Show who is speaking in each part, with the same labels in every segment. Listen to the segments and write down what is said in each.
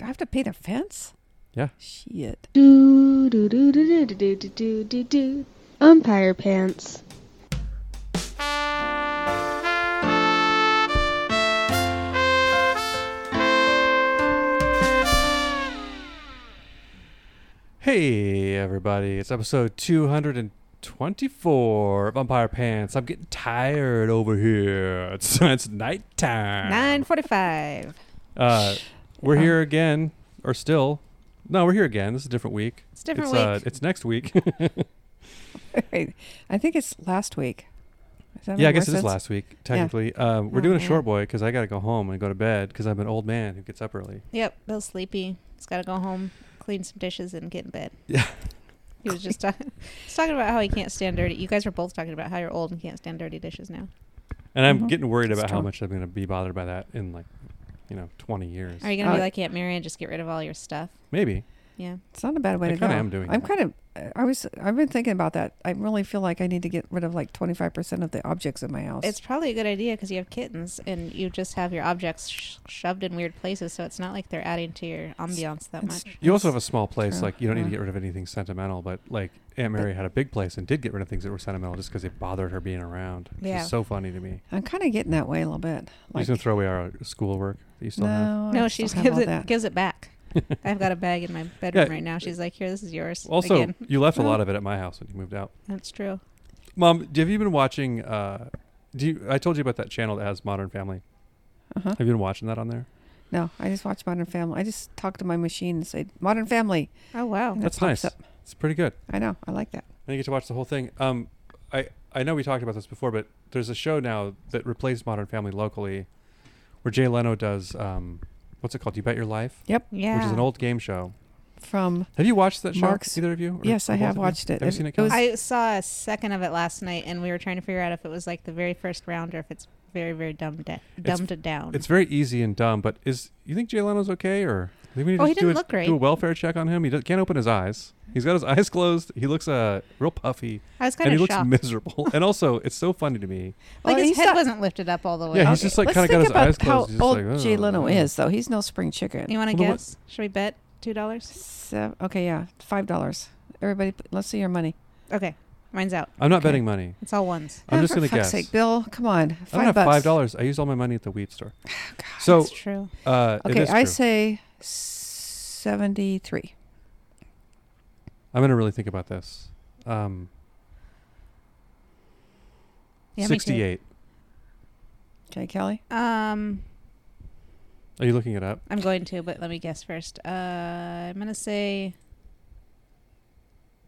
Speaker 1: I have to pay the fence?
Speaker 2: Yeah.
Speaker 1: Shit.
Speaker 3: Do do do do do do do do do do. Umpire pants.
Speaker 2: Hey, everybody. It's episode 224 of Umpire Pants. I'm getting tired over here. It's, it's nighttime.
Speaker 1: 945.
Speaker 2: Uh, we're
Speaker 1: Yeah.
Speaker 2: here again, or still. No, we're here again. This is a different week.
Speaker 1: It's a different
Speaker 2: it's,
Speaker 1: week.
Speaker 2: Uh, it's next week.
Speaker 1: Wait, I think it's last week. Does that
Speaker 2: yeah, I
Speaker 1: make
Speaker 2: guess it
Speaker 1: more
Speaker 2: is
Speaker 1: sense?
Speaker 2: last week, technically. Um, we're
Speaker 1: Oh,
Speaker 2: doing a
Speaker 1: man.
Speaker 2: short boy because I got to go home and go to bed because I'm an old man who gets up early.
Speaker 4: Yep, Bill's sleepy. He's got to go home, clean some dishes, and get in bed.
Speaker 2: Yeah.
Speaker 4: He was just ta- he's talking about how he can't stand dirty. You guys were both talking about how you're old and can't stand dirty dishes now.
Speaker 2: And I'm
Speaker 1: Mhm.
Speaker 2: getting worried
Speaker 1: It's
Speaker 2: about how
Speaker 1: true.
Speaker 2: much I'm going to be bothered by that in like, you know, 20 years.
Speaker 4: Are you gonna
Speaker 1: Uh,
Speaker 4: be like Aunt Mary and just get rid of all your stuff?
Speaker 2: Maybe.
Speaker 4: Yeah.
Speaker 1: It's not a bad way
Speaker 2: I
Speaker 1: to go.
Speaker 2: kinda am doing
Speaker 1: I'm
Speaker 2: that.
Speaker 1: kind of. I was. I've been thinking about that. I really feel like I need to get rid of like 25% of the objects in my house.
Speaker 4: It's probably a good idea because you have kittens and you just have your objects sh- shoved in weird places, so it's not like they're adding to your ambiance that
Speaker 1: it's-
Speaker 4: much.
Speaker 2: You also have a small place,
Speaker 1: True.
Speaker 2: like you don't need
Speaker 1: Yeah.
Speaker 2: to get rid of anything sentimental. But like Aunt Mary had a big place and did get rid of things that were sentimental just because it bothered her being around. Which
Speaker 4: Yeah.
Speaker 2: is so funny to me.
Speaker 1: I'm kind of getting that way a little bit.
Speaker 2: you just gonna throw away our schoolwork that you still have.
Speaker 1: no, Oh, I
Speaker 4: No, she
Speaker 1: still
Speaker 4: just
Speaker 1: have
Speaker 4: gives
Speaker 1: all
Speaker 4: it
Speaker 1: that.
Speaker 4: gives it back. I've got a bag in my bedroom
Speaker 2: Yeah.
Speaker 4: right now. She's like, "Here, this is yours."
Speaker 2: Also,
Speaker 4: Again.
Speaker 2: you left a
Speaker 1: Well-
Speaker 2: lot of it at my house when you moved out.
Speaker 4: that's true.
Speaker 2: Mom, d- have you been watching? Uh, do you, I told you about that channel that has Modern Family?
Speaker 1: Uh-huh.
Speaker 2: Have you been watching that on there?
Speaker 1: No, I just watch Modern Family. I just talk to my machine and say Modern Family.
Speaker 4: Oh wow.
Speaker 1: And it
Speaker 2: That's
Speaker 1: pops
Speaker 2: nice. It's pretty good.
Speaker 1: I know. I like that.
Speaker 2: And you get to watch the whole thing. Um, I I know we talked about this before, but there's a show now that replaced Modern Family locally, where Jay Leno does um, what's it called? You Bet Your Life,
Speaker 4: Yeah.
Speaker 2: which is an old game show.
Speaker 1: From
Speaker 2: Have you watched that show?
Speaker 1: Mark's-
Speaker 2: Either of you? Or
Speaker 1: yes, I
Speaker 2: both
Speaker 1: have
Speaker 2: of you?
Speaker 1: watched it.
Speaker 2: Have you
Speaker 1: It-
Speaker 2: seen it?
Speaker 1: it
Speaker 2: Kelly?
Speaker 1: was-
Speaker 4: I saw a second of it last night, and we were trying to figure out if it was like the very first round or if it's very, very dumbed da- dumbed it down.
Speaker 2: it's very easy and dumb, but is you think Jay Leno's okay or? I think we need
Speaker 4: Oh,
Speaker 2: to
Speaker 4: he
Speaker 2: do,
Speaker 4: didn't
Speaker 2: a,
Speaker 4: look great.
Speaker 2: do a welfare check on him. He does, can't open his eyes. He's got his eyes closed. He looks uh, real puffy,
Speaker 4: I was
Speaker 2: and
Speaker 4: kind
Speaker 2: he
Speaker 4: of
Speaker 2: looks
Speaker 4: shocked.
Speaker 2: miserable. and also, it's so funny to me.
Speaker 4: like
Speaker 1: Well,
Speaker 4: his
Speaker 1: he's
Speaker 4: head
Speaker 1: not-
Speaker 4: wasn't lifted up all the way.
Speaker 2: Yeah, he's
Speaker 1: Okay,
Speaker 2: just like
Speaker 1: let's
Speaker 2: kind of got
Speaker 1: think
Speaker 2: his
Speaker 1: about
Speaker 2: eyes closed. He's
Speaker 1: How
Speaker 2: just
Speaker 1: old
Speaker 2: like,
Speaker 1: Jay
Speaker 2: "Oh,
Speaker 1: Leno
Speaker 2: yeah."
Speaker 1: is though? He's no spring chicken.
Speaker 4: you want to
Speaker 2: Well, what-
Speaker 4: guess? Should we bet two dollars?
Speaker 1: Sev- okay, yeah, five dollars. Everybody, p- let's see your money.
Speaker 4: Okay, mine's out.
Speaker 2: I'm not
Speaker 1: Okay.
Speaker 2: betting money.
Speaker 4: It's all ones.
Speaker 2: I'm
Speaker 1: Oh,
Speaker 2: just
Speaker 1: for
Speaker 2: gonna
Speaker 1: fuck's
Speaker 2: guess.
Speaker 1: Sake, Bill, come on,
Speaker 2: I don't have
Speaker 1: five bucks. Oh,
Speaker 2: five dollars. I used all my money at the weed store. so
Speaker 4: That's true.
Speaker 2: uh, it
Speaker 1: Okay,
Speaker 2: is
Speaker 1: I
Speaker 2: true.
Speaker 1: say seventy-three.
Speaker 2: I'm gonna really think about this. Um,
Speaker 4: Yeah, me too.
Speaker 2: Sixty-eight.
Speaker 1: Okay, Kelly.
Speaker 4: Um,
Speaker 2: Are you looking it up?
Speaker 4: I'm going to, but let me guess first. Uh, I'm gonna say.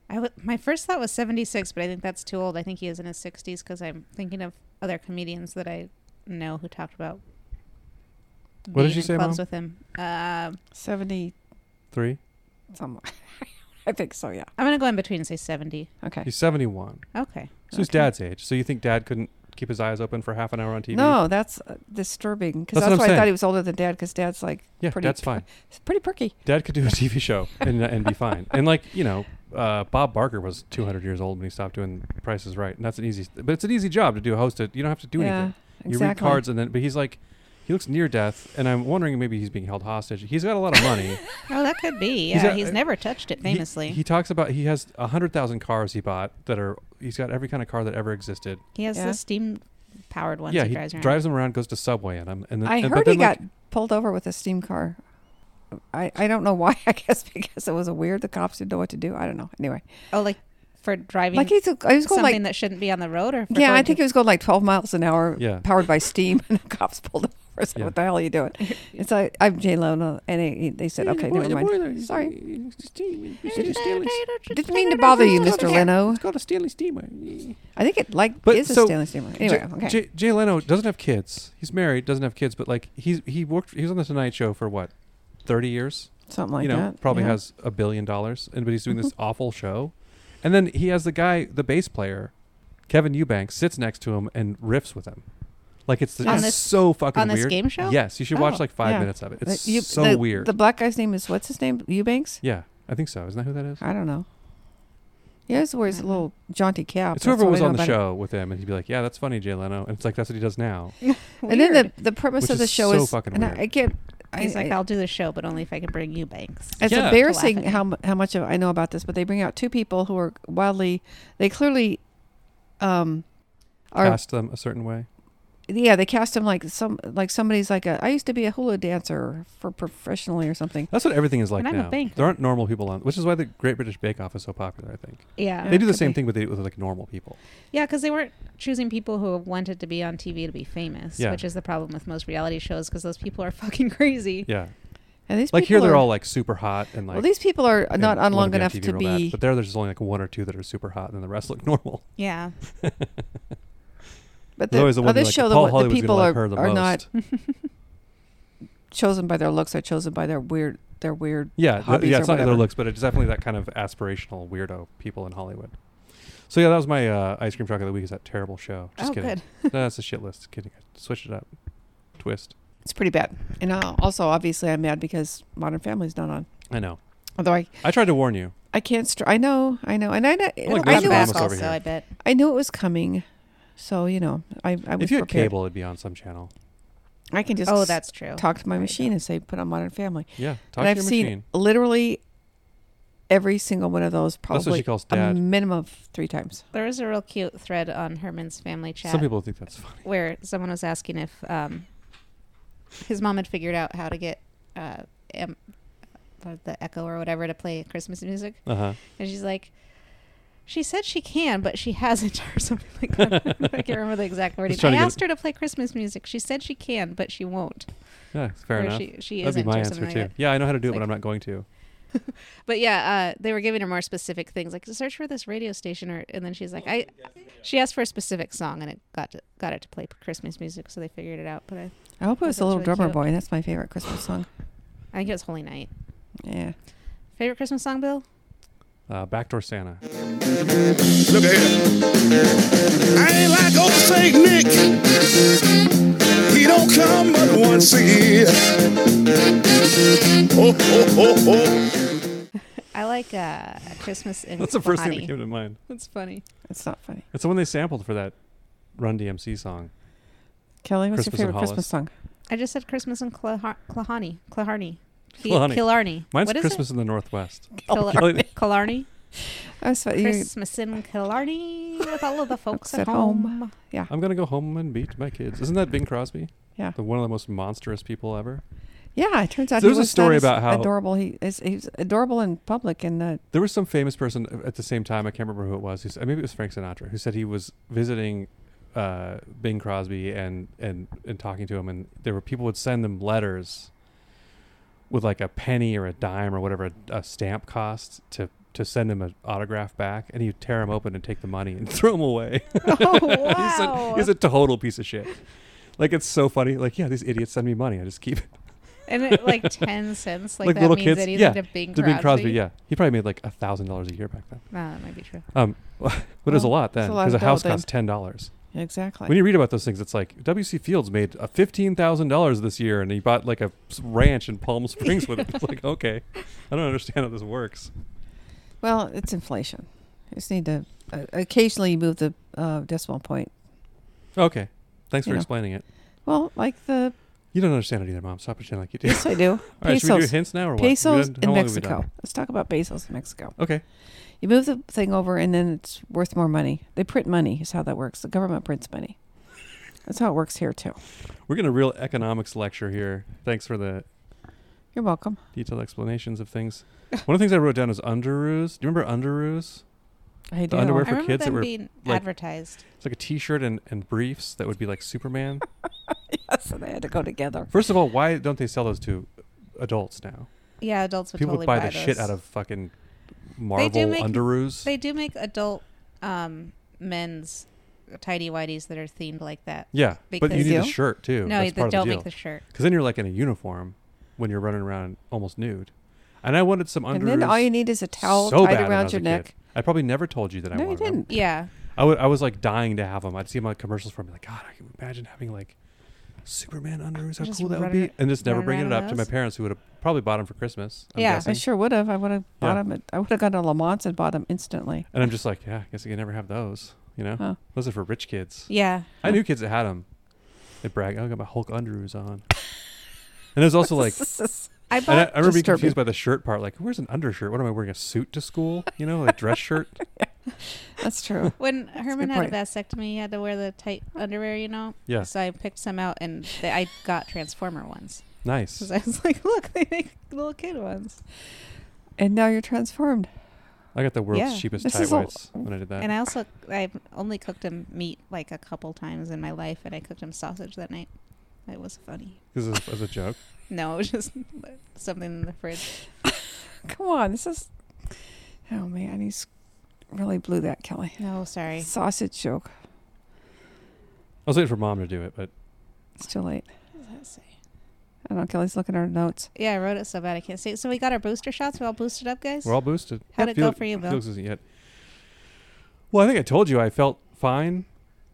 Speaker 4: I w- my first thought was 76, but I think that's too old. I think he is in his 60s because I'm thinking of other comedians that I know who talked about.
Speaker 2: What did
Speaker 4: being
Speaker 2: you
Speaker 4: in
Speaker 2: say,
Speaker 4: clubs
Speaker 2: Mom?
Speaker 4: with him. Um
Speaker 1: Seventy
Speaker 2: Three.
Speaker 1: some. I think so. Yeah.
Speaker 4: I'm gonna go in between and say 70.
Speaker 1: Okay.
Speaker 2: He's seventy-one.
Speaker 4: Okay.
Speaker 2: So his
Speaker 1: Okay.
Speaker 2: dad's age. So you think dad couldn't keep his eyes open for half an hour on TV?
Speaker 1: No, that's uh, disturbing because
Speaker 2: That's what
Speaker 1: that's,
Speaker 2: I'm
Speaker 1: why I
Speaker 2: saying.
Speaker 1: thought he was older than Dad because Dad's like
Speaker 2: Yeah,
Speaker 1: pretty
Speaker 2: that's fine.
Speaker 1: pretty perky.
Speaker 2: Dad could do a TV show and uh, and be fine. And like you know, uh, Bob Barker was two hundred years old when he stopped doing Price is Right, and that's an easy. But it's an easy job to do. Host it. You don't have to do
Speaker 1: yeah,
Speaker 2: anything. You read
Speaker 1: exactly.
Speaker 2: cards and then. But he's like, he looks near death, and I'm wondering maybe he's being held hostage. He's got a lot of money.
Speaker 4: Oh, that could be.
Speaker 2: He's
Speaker 4: Yeah,
Speaker 2: a- uh,
Speaker 4: he's, never touched it
Speaker 2: He-
Speaker 4: famously.
Speaker 2: He,
Speaker 4: He,
Speaker 2: talks about he has a hundred thousand cars he bought that are he's got every kind of car that ever existed.
Speaker 4: has
Speaker 1: Yeah.
Speaker 4: the steam powered ones
Speaker 2: yeah,
Speaker 4: he,
Speaker 2: he
Speaker 4: drives around.
Speaker 2: them around, goes to Subway in 'em, and then
Speaker 1: I
Speaker 2: and, uh, but
Speaker 1: heard he
Speaker 2: then, like,
Speaker 1: got pulled over with a steam car. I, I don't know why. I guess because it was a weird. The cops didn't know what to do. I don't know. Anyway,
Speaker 4: oh, like for driving
Speaker 1: like he's I was going
Speaker 4: something
Speaker 1: like
Speaker 4: that shouldn't be on the road, or for
Speaker 1: yeah,
Speaker 4: going
Speaker 1: I
Speaker 4: to-
Speaker 1: think he was going like 12 miles an hour,
Speaker 2: Yeah.
Speaker 1: powered by steam, and the cops pulled him over. So
Speaker 2: Yeah.
Speaker 1: what the hell are you doing? It's like I'm Jay Leno, and he, they said, okay, never mind. Sorry. Didn't mean to bother you, Mr. Leno.
Speaker 2: called a Stanley Steamer.
Speaker 1: I think it like
Speaker 2: But
Speaker 1: is
Speaker 2: so-
Speaker 1: a Stanley steamer. Anyway,
Speaker 2: Jay,
Speaker 1: okay.
Speaker 2: Jay, Jay Leno doesn't have kids. He's married, doesn't have kids, but like he's he worked. He was on the Tonight Show for what, thirty years?
Speaker 1: Something like
Speaker 2: you know,
Speaker 1: that.
Speaker 2: probably
Speaker 1: yeah. Mm-hmm.
Speaker 2: has a billion dollars, and but he's doing this awful show, and then he has the guy, the bass player, Kevin Eubanks, sits next to him and riffs with him, like it's,
Speaker 4: On
Speaker 2: it's
Speaker 4: this-
Speaker 2: so fucking
Speaker 4: on this
Speaker 2: weird.
Speaker 4: game show?
Speaker 2: Yes, you should watch
Speaker 4: Oh,
Speaker 2: like five
Speaker 1: yeah.
Speaker 2: minutes of it. It's
Speaker 1: The- you-
Speaker 2: so
Speaker 1: the-
Speaker 2: weird.
Speaker 1: The black guy's name is what's his name? Eubanks?
Speaker 2: yeah, I think so. Isn't that who that is?
Speaker 1: I don't know. He always wears a
Speaker 4: Uh-huh.
Speaker 1: little jaunty cap.
Speaker 2: It's
Speaker 1: That's
Speaker 2: whoever
Speaker 1: all I
Speaker 2: was
Speaker 1: know
Speaker 2: on the
Speaker 1: about him.
Speaker 2: show with him, and he'd be like, "Yeah, that's funny, Jay Leno," and it's like that's what he does now.
Speaker 1: And then
Speaker 4: Weird.
Speaker 1: the, the premise
Speaker 2: Which
Speaker 1: of the
Speaker 2: is
Speaker 1: show
Speaker 2: so
Speaker 1: is
Speaker 2: fucking
Speaker 1: and I,
Speaker 2: weird.
Speaker 1: I get
Speaker 4: He's
Speaker 1: I-
Speaker 4: like,
Speaker 1: I-
Speaker 4: I'll do the show, but only if I can bring you Banks.
Speaker 1: It's
Speaker 2: Yeah.
Speaker 1: embarrassing
Speaker 4: Laugh at
Speaker 1: how mu- how much of, I know about this, but they bring out two people who are wildly. They clearly, um, are
Speaker 2: Cast them a certain way.
Speaker 1: yeah. They cast him like some like somebody's like a. I used to be a hula dancer for professionally or something.
Speaker 2: That's what everything is like
Speaker 4: And I'm a
Speaker 2: now.
Speaker 4: banker.
Speaker 2: There aren't normal people on, which is why the Great British Bake Off is so popular. I think
Speaker 4: Yeah.
Speaker 2: they do the
Speaker 1: could
Speaker 2: same
Speaker 1: be.
Speaker 2: thing, but they with like normal people.
Speaker 4: Yeah, because they weren't choosing people who wanted to be on TV to be famous,
Speaker 2: Yeah.
Speaker 4: which is the problem with most reality shows because those people are fucking crazy.
Speaker 2: Yeah,
Speaker 1: And these
Speaker 2: like
Speaker 1: people
Speaker 2: here they're
Speaker 1: are,
Speaker 2: all like super hot and like
Speaker 1: well, these people are
Speaker 2: and
Speaker 1: Uh, not on
Speaker 2: wanna
Speaker 1: long enough
Speaker 2: TV
Speaker 1: to
Speaker 2: real bad.
Speaker 1: be.
Speaker 2: But there, there's only like one or two that are super hot, and then the rest look normal.
Speaker 4: Yeah.
Speaker 1: But
Speaker 2: There's
Speaker 1: the,
Speaker 2: always the
Speaker 1: on
Speaker 2: one that,
Speaker 1: this
Speaker 2: like,
Speaker 1: show, the,
Speaker 2: Paul
Speaker 1: one- the
Speaker 2: Hollywood's
Speaker 1: people
Speaker 2: gonna like
Speaker 1: are,
Speaker 2: her the
Speaker 1: are
Speaker 2: most.
Speaker 1: not chosen by their looks. Are chosen by their weird their weird.
Speaker 2: Yeah, th-
Speaker 1: hobbies
Speaker 2: yeah,
Speaker 1: or
Speaker 2: it's not their
Speaker 1: whatever.
Speaker 2: looks, but it's definitely that kind of aspirational weirdo people in Hollywood. So yeah, that was my uh, ice cream truck of the week. Is that terrible show? Just
Speaker 4: oh,
Speaker 2: kidding.
Speaker 4: good.
Speaker 2: No, that's a shit list. Kidding. Switch it up. Twist.
Speaker 1: It's pretty bad. And uh, also, obviously, I'm mad because Modern Family's not on.
Speaker 2: I know.
Speaker 1: Although I
Speaker 2: I tried to warn you.
Speaker 1: I can't. Str- I know. I know. And I know.
Speaker 2: like
Speaker 1: I
Speaker 2: Mrs.
Speaker 1: knew.
Speaker 2: Maisel.
Speaker 1: it-
Speaker 2: Almost over
Speaker 4: also,
Speaker 2: here.
Speaker 4: I bet.
Speaker 1: I knew it was coming, so you know, I, I was
Speaker 2: If you had
Speaker 1: prepared.
Speaker 2: cable, it'd be on some channel.
Speaker 1: I can just
Speaker 4: Oh,
Speaker 1: s-
Speaker 4: that's true.
Speaker 1: talk to my
Speaker 4: There you
Speaker 1: machine and say put on Modern Family.
Speaker 2: Yeah,
Speaker 1: and
Speaker 2: talk to
Speaker 1: I've
Speaker 2: your
Speaker 1: seen
Speaker 2: machine.
Speaker 1: literally every single one of those,
Speaker 2: That's what she
Speaker 1: probably
Speaker 2: calls
Speaker 1: a
Speaker 2: dad.
Speaker 1: minimum of three times.
Speaker 4: There was a real cute thread on Herman's family chat
Speaker 2: Some people think that's funny.
Speaker 4: where someone was asking if um, his mom had figured out how to get uh, em- uh, the Echo or whatever to play Christmas music.
Speaker 2: Uh huh.
Speaker 4: And she's like, she said she can, but she hasn't, or something like that. I can't remember the exact wording.
Speaker 2: trying
Speaker 4: I
Speaker 2: to get-
Speaker 4: asked her to play Christmas music. She said she can, but she won't.
Speaker 2: Yeah, it's fair
Speaker 4: or
Speaker 2: enough.
Speaker 4: She, she
Speaker 2: That'd be
Speaker 4: isn't,
Speaker 2: my
Speaker 4: or
Speaker 2: answer
Speaker 4: something
Speaker 2: too.
Speaker 4: like that.
Speaker 2: Yeah, I know how to do it,
Speaker 4: It's
Speaker 2: but
Speaker 4: like-
Speaker 2: I'm not going to.
Speaker 4: But yeah, uh, they were giving her more specific things, like search for this radio station, or and then she's like, I. She asked for a specific song, and it got to, got it to play Christmas music, so they figured it out. But I,
Speaker 1: I hope it was
Speaker 4: That's
Speaker 1: the little
Speaker 4: really
Speaker 1: drummer
Speaker 4: cute.
Speaker 1: boy. That's my favorite Christmas song.
Speaker 4: I think it was Holy Night.
Speaker 1: Yeah.
Speaker 4: Favorite Christmas song, Bill?
Speaker 2: Uh, backdoor Santa.
Speaker 5: Look at here. I ain't like old Saint Nick. He don't come but once a year. Oh, oh, oh, oh.
Speaker 4: I like uh, Christmas in
Speaker 2: That's the first thing that
Speaker 4: Lahani.
Speaker 2: came to mind.
Speaker 4: That's funny.
Speaker 1: It's not funny.
Speaker 2: It's the one they sampled for that Run DMC song.
Speaker 1: Kelly, what's
Speaker 2: Christmas in
Speaker 1: your favorite
Speaker 2: Hollis.
Speaker 1: Christmas song?
Speaker 4: I just said Christmas in Clah- Clahani. Claharney. Ki-
Speaker 2: Killarney.
Speaker 4: Killarney.
Speaker 2: Mine's
Speaker 4: What is
Speaker 2: Christmas in the Northwest.
Speaker 4: it? Killa-
Speaker 2: Killarney.
Speaker 4: Killarney.
Speaker 1: I was, you-
Speaker 4: Christmas in Killarney with all of the folks
Speaker 1: Folks
Speaker 4: at
Speaker 1: at
Speaker 4: home.
Speaker 2: I'm gonna go home and beat my kids. Isn't that Bing Crosby?
Speaker 1: Yeah.
Speaker 2: The one of the most monstrous people ever.
Speaker 1: yeah, it turns out he
Speaker 2: There was a
Speaker 1: was
Speaker 2: story
Speaker 1: not as
Speaker 2: about how-
Speaker 1: adorable he is. He's adorable in public, and uh,
Speaker 2: There was some famous person at the same time. I can't remember who it was. Who said, maybe it was Frank Sinatra, who said he was visiting uh, Bing Crosby and, and and talking to him, and there were people would send them letters with like a penny or a dime or whatever a, a stamp costs to to send him an autograph back, and he'd tear them open and take the money and throw them away.
Speaker 4: Oh,
Speaker 2: he's, a,
Speaker 4: wow.
Speaker 2: he's a total piece of shit. Like it's so funny. Like yeah, these idiots send me money. I just keep it.
Speaker 4: and it, like 10 cents. Like,
Speaker 2: Like
Speaker 4: that
Speaker 2: little
Speaker 4: means
Speaker 2: kids-
Speaker 4: that he's
Speaker 2: yeah,
Speaker 4: into Bing
Speaker 2: To
Speaker 4: Crosby.
Speaker 2: Bing Crosby, yeah, he probably made like a thousand dollars a year back then.
Speaker 4: No, that might be true.
Speaker 2: Um, but it was a
Speaker 1: Well,
Speaker 2: lot
Speaker 1: Oh, it's
Speaker 2: then
Speaker 1: a lot
Speaker 2: because a
Speaker 1: of dough
Speaker 2: house
Speaker 1: then.
Speaker 2: costs ten dollars.
Speaker 1: exactly.
Speaker 2: When you read about those things, it's like W. C. Fields made uh, fifteen thousand dollars this year, and he bought like a s- ranch in Palm Springs with it. It's like, okay, I don't understand how this works.
Speaker 1: Well, it's inflation. You just need to uh, occasionally move the uh, decimal point.
Speaker 2: Okay, thanks
Speaker 1: You
Speaker 2: for
Speaker 1: know.
Speaker 2: explaining it.
Speaker 1: Well, like the
Speaker 2: You don't understand it either, Mom. Stop pretending like you do.
Speaker 1: yes, I do.
Speaker 2: All right, should we do
Speaker 1: pesos,
Speaker 2: hints now or what? We
Speaker 1: pesos
Speaker 2: done- how
Speaker 1: in
Speaker 2: long have we done?
Speaker 1: Mexico. Let's talk about pesos in Mexico.
Speaker 2: Okay,
Speaker 1: You move the thing over, and then it's worth more money. They print money. Is how that works. The government prints money. That's how it works here too.
Speaker 2: we're gonna real economics lecture here. Thanks for the
Speaker 1: You're welcome.
Speaker 2: detailed explanations of things. One of the things I wrote down is underoos. Do you remember underoos?
Speaker 1: I do.
Speaker 2: underwear
Speaker 4: I
Speaker 2: For
Speaker 4: remember
Speaker 2: kids that
Speaker 4: them
Speaker 2: were,
Speaker 4: being
Speaker 2: like-
Speaker 4: advertised.
Speaker 2: It's like a T-shirt and, and briefs that would be like Superman.
Speaker 1: so they had to go together.
Speaker 2: First of all, why don't they sell those to adults now?
Speaker 4: Yeah, adults would
Speaker 2: People would
Speaker 4: totally
Speaker 2: buy, the
Speaker 4: those.
Speaker 2: shit out of fucking Marvel
Speaker 4: make-
Speaker 2: underoos.
Speaker 4: They do make adult um, men's tidy whities that are themed like that.
Speaker 2: yeah, but you
Speaker 4: because-
Speaker 2: need a
Speaker 1: Do?
Speaker 2: shirt too.
Speaker 4: no,
Speaker 2: That's
Speaker 4: they
Speaker 2: part
Speaker 4: don't
Speaker 2: of the
Speaker 4: make
Speaker 2: deal.
Speaker 4: the shirt.
Speaker 2: Because then you're like in a uniform when you're running around almost nude. And I wanted some underoos.
Speaker 1: And then all you need is a towel
Speaker 2: so
Speaker 1: tied
Speaker 2: bad when I
Speaker 1: around
Speaker 2: was
Speaker 1: your
Speaker 2: a kid.
Speaker 1: neck.
Speaker 2: I probably never told you that I
Speaker 1: No, you
Speaker 2: wanted them.
Speaker 1: didn't.
Speaker 4: Yeah.
Speaker 2: I would. I was like dying to have them. I'd see them on commercials for me. Like God, I can imagine having like Superman underoos. How
Speaker 4: Just
Speaker 2: cool that would
Speaker 4: running-
Speaker 2: be. And just never
Speaker 4: running
Speaker 2: bringing it
Speaker 4: around in
Speaker 2: up to my
Speaker 4: those?
Speaker 2: parents, who would have probably bought them for Christmas. I'm
Speaker 4: Yeah. I
Speaker 1: I
Speaker 2: guessing.
Speaker 1: sure would have. I would have bought
Speaker 2: Yeah.
Speaker 1: 'em at I would have gone to Lamont's and bought them instantly.
Speaker 2: And I'm just like, yeah, I guess I can never have those. You know,
Speaker 1: Huh.
Speaker 2: those are for rich kids.
Speaker 4: Yeah.
Speaker 2: I knew kids that had them. They brag, oh, I got my Hulk underoos on. And there's also like,
Speaker 4: I
Speaker 2: and I,
Speaker 4: bought
Speaker 2: I remember being
Speaker 1: disturbing.
Speaker 2: confused by the shirt part. Like, where's an undershirt? What am I wearing? A suit to school? You know, like dress shirt.
Speaker 1: That's true.
Speaker 4: when Herman had
Speaker 1: point.
Speaker 4: a vasectomy, he had to wear the tight underwear, you know.
Speaker 2: Yeah.
Speaker 4: So I picked some out, and they, I got Transformer ones
Speaker 2: Nice.
Speaker 4: because I was like, look, they make little kid ones.
Speaker 1: And now you're transformed.
Speaker 2: I got the world's
Speaker 4: Yeah.
Speaker 2: cheapest
Speaker 1: This is all-
Speaker 2: tightwhites when I did that.
Speaker 4: And I also I've only cooked him meat like a couple times in my life, and I cooked him sausage that night. It was funny.
Speaker 2: This is as a joke.
Speaker 4: No, it was just something in the fridge.
Speaker 1: Come on, this is. Oh man, he's really blew that, Kelly.
Speaker 4: No, sorry.
Speaker 1: Sausage joke.
Speaker 2: I was waiting for mom to do it, but
Speaker 1: It's too late.
Speaker 4: What does that say?
Speaker 1: I know Kelly's looking at her notes.
Speaker 4: Yeah, I wrote it so bad I can't see. it. So we got our booster shots. We all boosted up, guys.
Speaker 2: we're all boosted.
Speaker 4: How'd
Speaker 2: Yep,
Speaker 4: it go
Speaker 2: Felix-
Speaker 4: for you, Bill?
Speaker 2: Felix isn't yet. Well, I think I told you I felt fine.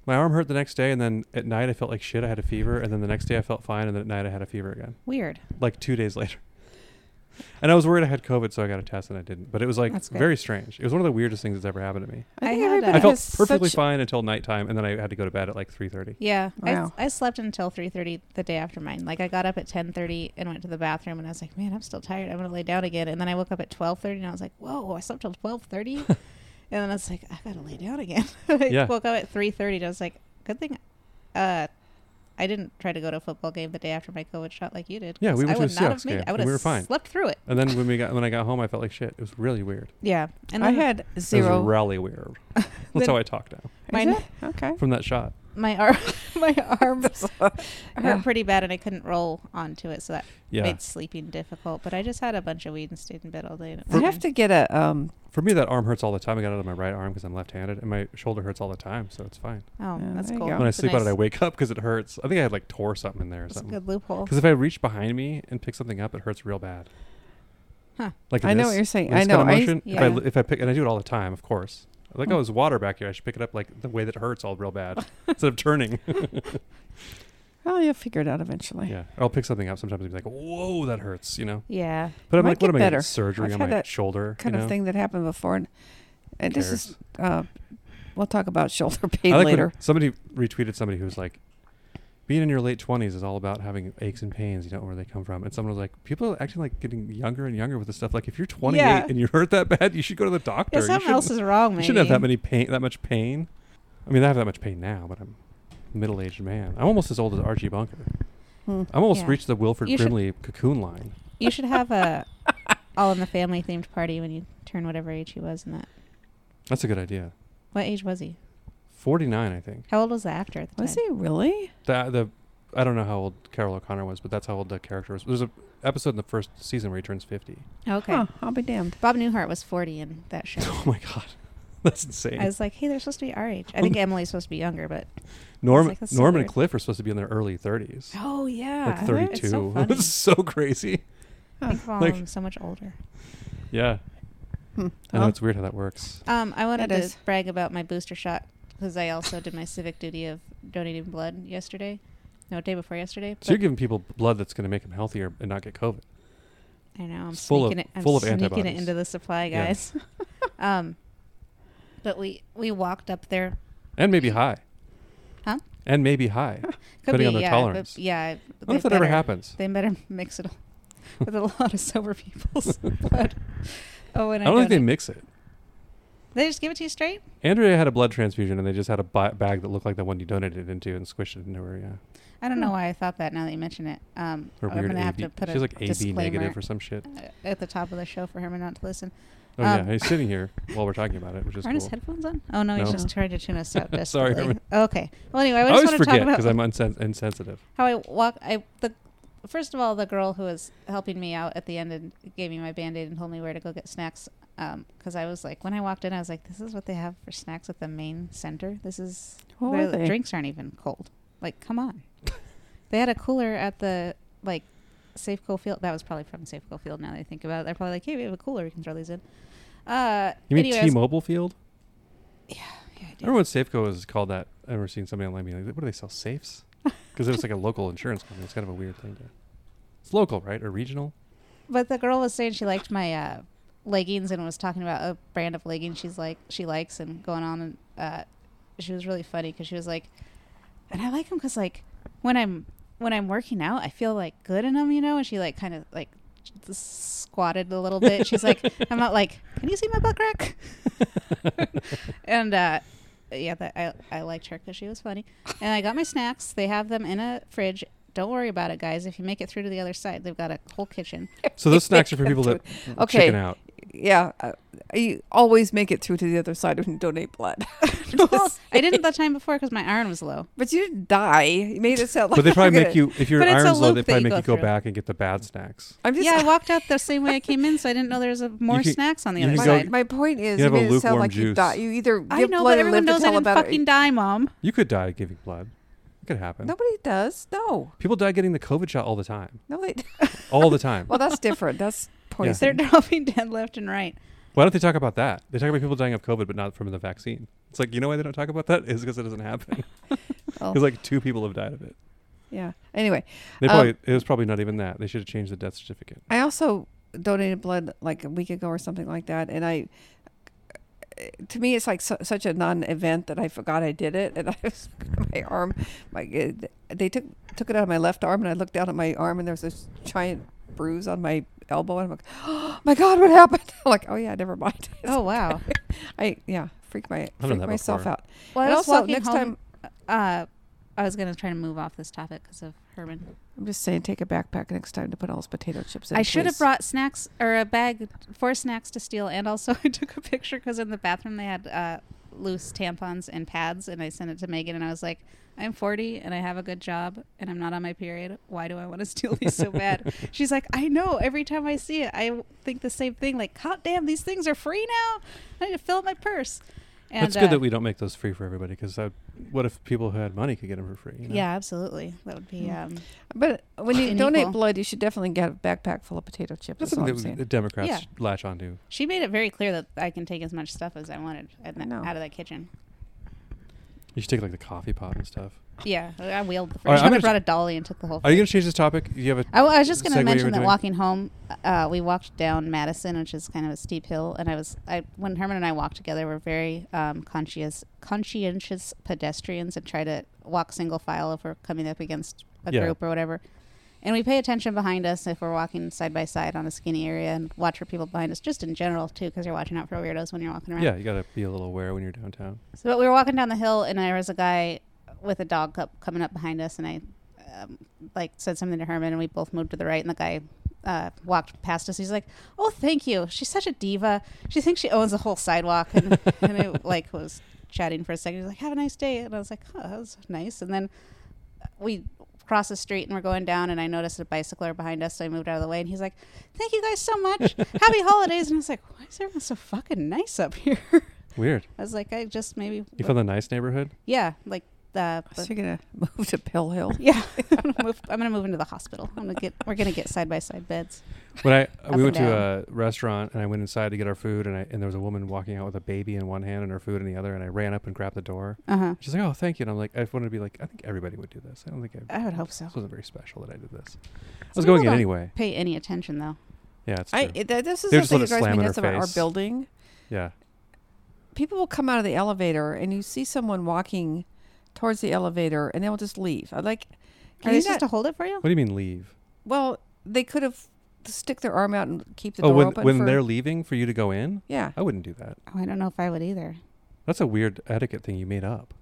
Speaker 2: My arm hurt the next day, and then at night I felt like shit. I had a fever, and then the next day I felt fine, and then at night I had a fever again.
Speaker 4: Weird.
Speaker 2: Like two days later. And I was worried I had COVID, so I got a test and I didn't. But it was like
Speaker 4: That's good.
Speaker 2: very strange. It was one of the weirdest things that's ever happened to me.
Speaker 1: I,
Speaker 4: I
Speaker 1: think
Speaker 4: had,
Speaker 1: everybody
Speaker 4: uh,
Speaker 2: I felt
Speaker 1: has
Speaker 2: perfectly
Speaker 1: such-
Speaker 2: fine until nighttime, and then I had to go to bed at like three thirty.
Speaker 4: Yeah, I s-
Speaker 1: Wow.
Speaker 4: I, slept until three thirty the day after mine. Like I got up at ten thirty and went to the bathroom, and I was like, "Man, I'm still tired. I'm gonna lay down again." And then I woke up at twelve thirty, and I was like, "Whoa, I slept till twelve thirty? And then I was like, "I gotta lay down again." I
Speaker 2: Yeah.
Speaker 4: woke up at three thirty, and I was like, "Good thing, uh, I didn't try to go to a football game the day after my COVID shot like you did."
Speaker 2: Yeah,
Speaker 4: 'cause
Speaker 2: we went
Speaker 4: I
Speaker 2: to
Speaker 4: would
Speaker 2: a
Speaker 4: not
Speaker 2: Seahawks
Speaker 4: have made.
Speaker 2: game,
Speaker 4: I
Speaker 2: and
Speaker 4: would have
Speaker 2: we were fine.
Speaker 4: slept through it.
Speaker 2: And then when we got when I got home, I felt like shit. It was really weird.
Speaker 4: Yeah, and
Speaker 1: I
Speaker 4: then
Speaker 1: had
Speaker 2: It
Speaker 1: zero.
Speaker 2: was really weird. That's how I talk now
Speaker 1: Is
Speaker 4: mine-
Speaker 1: it? Okay.
Speaker 2: from that shot.
Speaker 4: my arm, my arm
Speaker 1: Yeah.
Speaker 4: hurt pretty bad, and I couldn't roll onto it, so that
Speaker 2: Yeah.
Speaker 4: made sleeping difficult. But I just had a bunch of weed and stayed in bed all day. and it was
Speaker 1: I have
Speaker 4: fine.
Speaker 1: to get a um.
Speaker 2: For me, that arm hurts all the time. I got it out of my right arm because I'm left-handed, and my shoulder hurts all the time, so it's fine.
Speaker 4: Oh,
Speaker 1: Yeah,
Speaker 4: that's
Speaker 1: there you
Speaker 4: cool.
Speaker 1: go.
Speaker 2: when I
Speaker 4: It's a
Speaker 2: sleep on it, I
Speaker 4: nice-
Speaker 2: wake up because it hurts. I think I had like tore something in there or
Speaker 4: It's a
Speaker 2: something.
Speaker 4: good loophole.
Speaker 2: Because if I reach behind me and pick something up, it hurts real bad.
Speaker 4: Huh.
Speaker 2: Like
Speaker 1: I know
Speaker 2: this-
Speaker 1: what you're saying.
Speaker 2: this
Speaker 1: I Hmm. know.
Speaker 2: Kind of
Speaker 1: I-
Speaker 2: motion,
Speaker 4: yeah.
Speaker 2: if, I, if I pick and I do it all the time, of course. Like oh, there's water back here. I should pick it up like the way that it hurts all real bad instead of turning.
Speaker 1: Well, you'll figure it out eventually.
Speaker 2: yeah, or I'll pick something up sometimes and be like, "Whoa, that hurts," you know.
Speaker 4: Yeah.
Speaker 2: But I'm
Speaker 1: Might
Speaker 2: like, "What
Speaker 1: get
Speaker 2: am I getting
Speaker 1: better.
Speaker 2: surgery
Speaker 1: I've
Speaker 2: on
Speaker 1: had
Speaker 2: my
Speaker 1: that
Speaker 2: shoulder?"
Speaker 1: Kind
Speaker 2: you
Speaker 1: of
Speaker 2: know?
Speaker 1: thing that happened before, and, and this
Speaker 2: cares?
Speaker 1: is. Uh, we'll talk about shoulder pain
Speaker 2: I like when
Speaker 1: later.
Speaker 2: Somebody retweeted somebody who was like, being in your late twenties is all about having aches and pains. You don't know where they come from. And someone was like, people are acting like getting younger and younger with this stuff. Like if you're 28
Speaker 4: Yeah.
Speaker 2: and you hurt that bad, you should go to the doctor.
Speaker 4: Yeah,
Speaker 2: You
Speaker 4: something else
Speaker 2: shouldn't-
Speaker 4: is wrong,
Speaker 2: you
Speaker 4: maybe.
Speaker 2: shouldn't have that many pain, that much pain. I mean, I have that much pain now, but I'm a middle-aged man. I'm almost as old as Archie Bunker.
Speaker 1: Hmm.
Speaker 2: I'm almost
Speaker 4: Yeah.
Speaker 2: reached the Wilford
Speaker 4: You should-
Speaker 2: Brimley cocoon line.
Speaker 4: You should have a all in the family themed party when you turn whatever age he was in that.
Speaker 2: That's a good idea.
Speaker 4: What age was he?
Speaker 2: 49, I think.
Speaker 4: How old was the actor at the
Speaker 1: Was
Speaker 4: time?
Speaker 1: he really?
Speaker 2: The, the I don't know how old Carol O'Connor was, but that's how old the character was. There's a episode in the first season where he turns 50.
Speaker 4: Okay.
Speaker 1: Huh, I'll be damned.
Speaker 4: Bob Newhart was 40 in that show.
Speaker 2: Oh my god, that's insane.
Speaker 4: I was like, hey, they're supposed to be our age. I think Emily's supposed to be younger, but.
Speaker 2: Norm,
Speaker 4: like, that's so
Speaker 2: Norm and
Speaker 4: weird.
Speaker 2: Cliff are supposed to be in their early thirties,
Speaker 4: Oh, yeah.
Speaker 2: like thirty-two.
Speaker 4: It's so
Speaker 2: It's so
Speaker 4: funny.
Speaker 2: crazy.
Speaker 4: I think of all
Speaker 2: Like-
Speaker 4: of them so much older.
Speaker 2: Yeah,
Speaker 1: Hmm.
Speaker 2: I know
Speaker 1: Well,
Speaker 2: it's weird how that works.
Speaker 4: Um, I wanted
Speaker 1: That
Speaker 4: to
Speaker 1: is-
Speaker 4: brag about my booster shot because I also did my civic duty of donating blood yesterday. No, day before yesterday.
Speaker 2: So you're
Speaker 4: but
Speaker 2: giving people blood that's going to make them healthier and not get COVID.
Speaker 4: I know I'm
Speaker 2: it's full of-
Speaker 4: sneaking it. I'm
Speaker 2: full of
Speaker 4: sneaking it
Speaker 2: antibodies.
Speaker 4: into the supply,
Speaker 2: Yeah.
Speaker 4: guys. um, but we we walked up there.
Speaker 2: And maybe high.
Speaker 4: Huh?
Speaker 2: And maybe high,
Speaker 4: Could
Speaker 2: depending
Speaker 4: be,
Speaker 2: on their
Speaker 4: yeah, but-
Speaker 2: tolerance.
Speaker 4: yeah.
Speaker 2: I wonder if
Speaker 4: they
Speaker 2: that ever
Speaker 4: better-
Speaker 2: happens.
Speaker 4: They better mix it up with a lot of sober people's blood. Oh, and
Speaker 2: I
Speaker 4: I,
Speaker 2: don't think they
Speaker 4: donate-
Speaker 2: mix it.
Speaker 4: they just give it to you straight.
Speaker 2: Andrea had a blood transfusion, and they just had a bi- bag that looked like the one you donated it into and squished it into her. Yeah,
Speaker 4: I don't know why I thought that. Now that you mention it, um,
Speaker 2: Hmm. or
Speaker 4: I'm
Speaker 2: weird
Speaker 4: gonna have
Speaker 2: AB.
Speaker 4: to put
Speaker 2: She's
Speaker 4: a
Speaker 2: like AB
Speaker 4: disclaimer
Speaker 2: negative or some shit.
Speaker 4: uh, at the top of the show for Herman not to listen.
Speaker 2: Oh
Speaker 4: Um,
Speaker 2: yeah, he's sitting here while we're talking about it, which is
Speaker 4: Aren't his
Speaker 2: cool.
Speaker 4: headphones on? Oh no, he's
Speaker 2: No.
Speaker 4: just trying to tune us out.
Speaker 2: Sorry,
Speaker 4: desperately.
Speaker 2: Herman.
Speaker 4: Okay. Well, anyway, I
Speaker 2: I
Speaker 4: just
Speaker 2: always
Speaker 4: want to talk
Speaker 2: forget
Speaker 4: about
Speaker 2: because I'm unsen- insensitive.
Speaker 4: how I walk. I the first of all, the girl who was helping me out at the end and gave me my band aid and told me where to go get snacks. Because I was like, when I walked in, I was like, this is what they have for snacks at the main center. This is
Speaker 1: What
Speaker 4: where
Speaker 1: were
Speaker 4: the
Speaker 1: they?
Speaker 4: drinks aren't even cold. Like, come on. they had a cooler at the like Safeco Field. That was probably from Safeco Field. Now that I think about it, they're probably like, hey, we have a cooler. We can throw these in. Uh,
Speaker 2: You mean
Speaker 4: anyway, I was-
Speaker 2: T-Mobile Field?
Speaker 4: Yeah, I
Speaker 2: I
Speaker 4: do.
Speaker 2: remember when Safeco was called that. I remember seeing somebody online being like, "What do they sell safes?" Because it was like a local insurance company. It's kind of a weird thing to. It's local, right, or regional?
Speaker 4: But the girl was saying she liked my uh, leggings and was talking about a brand of leggings she's like she likes and going on and uh, she was really funny because she was like, and I like them because like when I'm when I'm working out, I feel like good in them, you know. And she like kind of like s- squatted a little bit. She's like, I'm not like, can you see my butt crack? and uh, yeah, that I I liked her because she was funny. And I got my snacks. They have them in a fridge. Don't worry about it, guys. If you make it through to the other side, they've got a whole kitchen.
Speaker 2: So those snacks are for people that
Speaker 1: Okay.
Speaker 2: chicken out.
Speaker 1: Yeah, uh, you always make it through to the other side when you donate blood.
Speaker 4: Well, I didn't the time before because my iron was low.
Speaker 1: but you didn't die. You made it sound like.
Speaker 2: But they probably
Speaker 1: I'm
Speaker 2: make
Speaker 1: gonna-
Speaker 2: you if your
Speaker 4: But it's a
Speaker 2: iron's low,
Speaker 4: loop
Speaker 2: they
Speaker 4: that
Speaker 2: probably
Speaker 4: you
Speaker 2: make
Speaker 4: go
Speaker 2: you go
Speaker 4: through.
Speaker 2: back and get the bad snacks.
Speaker 1: I'm just.
Speaker 4: Yeah, I walked out the same way I came in, so I didn't know there was a, more
Speaker 2: can-
Speaker 4: snacks on the
Speaker 2: you
Speaker 4: other
Speaker 2: can
Speaker 1: my,
Speaker 2: go-
Speaker 4: side.
Speaker 1: my point is, you
Speaker 2: You have a
Speaker 1: made it sound
Speaker 2: lukewarm
Speaker 1: like you
Speaker 2: juice.
Speaker 1: die. You either give
Speaker 4: I know,
Speaker 1: blood
Speaker 4: but
Speaker 1: and live
Speaker 4: everyone
Speaker 1: to
Speaker 4: knows I
Speaker 1: tell
Speaker 4: didn't
Speaker 1: about
Speaker 4: fucking
Speaker 1: it.
Speaker 4: die, mom.
Speaker 2: You could die giving blood. It could happen.
Speaker 1: Nobody does. No,
Speaker 2: People die getting the COVID shot all the time.
Speaker 1: no, they.
Speaker 2: All the time.
Speaker 1: Well, that's different. That's
Speaker 4: They're
Speaker 1: poison.
Speaker 4: dropping dead left and right.
Speaker 2: Why don't they talk about that? They talk about people dying of COVID, but not from the vaccine. It's like you know why they don't talk about that is because it doesn't happen.
Speaker 1: Oh.
Speaker 2: Because like two people have died of it.
Speaker 1: Yeah. Anyway,
Speaker 2: They
Speaker 1: Um,
Speaker 2: probably it was probably not even that. They should have changed the death certificate.
Speaker 1: I also donated blood like a week ago or something like that, and I. To me, it's like su- such a non-event that I forgot I did it, and I was my arm, my it- they took took it out of my left arm, and I looked down at my arm, and there was this giant bruise on my elbow, and I'm like, oh my god, what happened? I'm like, oh yeah, never mind.
Speaker 4: Oh wow!
Speaker 1: I yeah, freak my
Speaker 2: done
Speaker 1: freak
Speaker 2: that
Speaker 1: myself
Speaker 2: before.
Speaker 1: out.
Speaker 4: Well, I
Speaker 1: And
Speaker 4: was
Speaker 1: also,
Speaker 4: walking
Speaker 1: next
Speaker 4: home.
Speaker 1: time-
Speaker 4: uh, I was gonna try to move off this topic because of Herman.
Speaker 1: I'm just saying, take a backpack next time to put all those potato chips in.
Speaker 4: I should have
Speaker 1: please.
Speaker 4: brought snacks or a bag, four snacks to steal, and also I took a picture because in the bathroom they had uh, loose tampons and pads, and I sent it to Megan, and I was like, "I'm 40 and I have a good job, and I'm not on my period. Why do I want to steal these so bad?" She's like, "I know. Every time I see it, I think the same thing. Like, God damn, these things are free now. I need to fill up my purse." And,
Speaker 2: It's good
Speaker 4: uh,
Speaker 2: that we don't make those free for everybody. Because what if people who had money could get them for free? you know? Hmm.
Speaker 4: Yeah, absolutely. That would be. Um,
Speaker 1: But when you
Speaker 4: And
Speaker 1: donate
Speaker 4: equal.
Speaker 1: blood, you should definitely get a backpack full of potato chips.
Speaker 2: That's
Speaker 1: is all
Speaker 2: something
Speaker 1: I'm
Speaker 2: that
Speaker 1: saying.
Speaker 2: the Democrats
Speaker 4: Yeah.
Speaker 2: should latch onto.
Speaker 4: She made it very clear that I can take as much stuff as I wanted at
Speaker 1: I
Speaker 4: that,
Speaker 1: know.
Speaker 4: out of that kitchen.
Speaker 2: You should take like the coffee pot and stuff.
Speaker 4: Yeah, I wheeled the
Speaker 2: All right,
Speaker 4: first
Speaker 2: I'm
Speaker 4: one. I
Speaker 2: gonna
Speaker 4: brought
Speaker 2: ch-
Speaker 4: a dolly and took the whole.
Speaker 2: Are you
Speaker 4: thing.
Speaker 2: going to change this topic? You have a.
Speaker 4: I, I was just going
Speaker 2: segue
Speaker 4: to
Speaker 2: you were
Speaker 4: mention that
Speaker 2: doing?
Speaker 4: walking home, uh, we walked down Madison, which is kind of a steep hill, and I was I when Herman and I walked together, we're very um, conscious conscientious pedestrians and try to walk single file if we're coming up against a
Speaker 2: Yeah.
Speaker 4: group or whatever. And we pay attention behind us if we're walking side by side on a skinny area and watch for people behind us, just in general too, because you're watching out for weirdos when you're walking around.
Speaker 2: Yeah, you got to be a little aware when you're downtown.
Speaker 4: So but we were walking down the hill, and there was a guy with a dog cup coming up behind us, and I um, like said something to Herman, and we both moved to the right, and the guy uh, walked past us. He's like, "Oh, thank you. She's such a diva. She thinks she owns the whole sidewalk." And, and it like was chatting for a second. He's like, "Have a nice day," and I was like, "Oh, that was nice." And then we cross the street and we're going down and I noticed a bicycler behind us so I moved out of the way and he's like thank you guys so much happy holidays and I was like why is everyone so fucking nice up here
Speaker 2: Weird.
Speaker 4: I was like I just maybe
Speaker 2: You found the nice neighborhood.
Speaker 4: yeah, like the
Speaker 1: So you're gonna move to Pill Hill.
Speaker 4: yeah. I'm gonna move. I'm gonna move into the hospital. I'm gonna get. We're gonna get side by side beds.
Speaker 2: When I we
Speaker 4: and
Speaker 2: went to
Speaker 4: down.
Speaker 2: a restaurant and I went inside to get our food and I and there was a woman walking out with a baby in one hand and her food in the other and I ran up and grabbed the door.
Speaker 4: Uh huh.
Speaker 2: She's like, "Oh, thank you." And I'm like, I wanted to be like, I think everybody would do this. I don't think I,
Speaker 4: I would hope so.
Speaker 2: this wasn't very special that I did this. I was going in
Speaker 4: don't
Speaker 2: anyway.
Speaker 4: Pay any attention though.
Speaker 2: Yeah, it's true.
Speaker 1: I it, that- this is
Speaker 2: They
Speaker 1: the
Speaker 2: just
Speaker 1: thing
Speaker 2: let
Speaker 1: that
Speaker 2: it
Speaker 1: drives
Speaker 2: slam
Speaker 1: me
Speaker 2: in her
Speaker 1: nuts about our
Speaker 2: face.
Speaker 1: building.
Speaker 2: yeah,
Speaker 1: People will come out of the elevator and you see someone walking towards the elevator and they will just leave. I like.
Speaker 4: Are
Speaker 1: Can
Speaker 4: they
Speaker 1: you
Speaker 4: supposed
Speaker 1: not,
Speaker 4: to hold it for you?
Speaker 2: what do you mean leave?
Speaker 1: well, they could have stick their arm out and keep the
Speaker 2: oh,
Speaker 1: door
Speaker 2: when
Speaker 1: open.
Speaker 2: when
Speaker 1: for,
Speaker 2: they're leaving for you to go in,
Speaker 1: yeah.
Speaker 2: I wouldn't do that.
Speaker 4: Oh, I don't know if I would either.
Speaker 2: That's a weird etiquette thing you made up.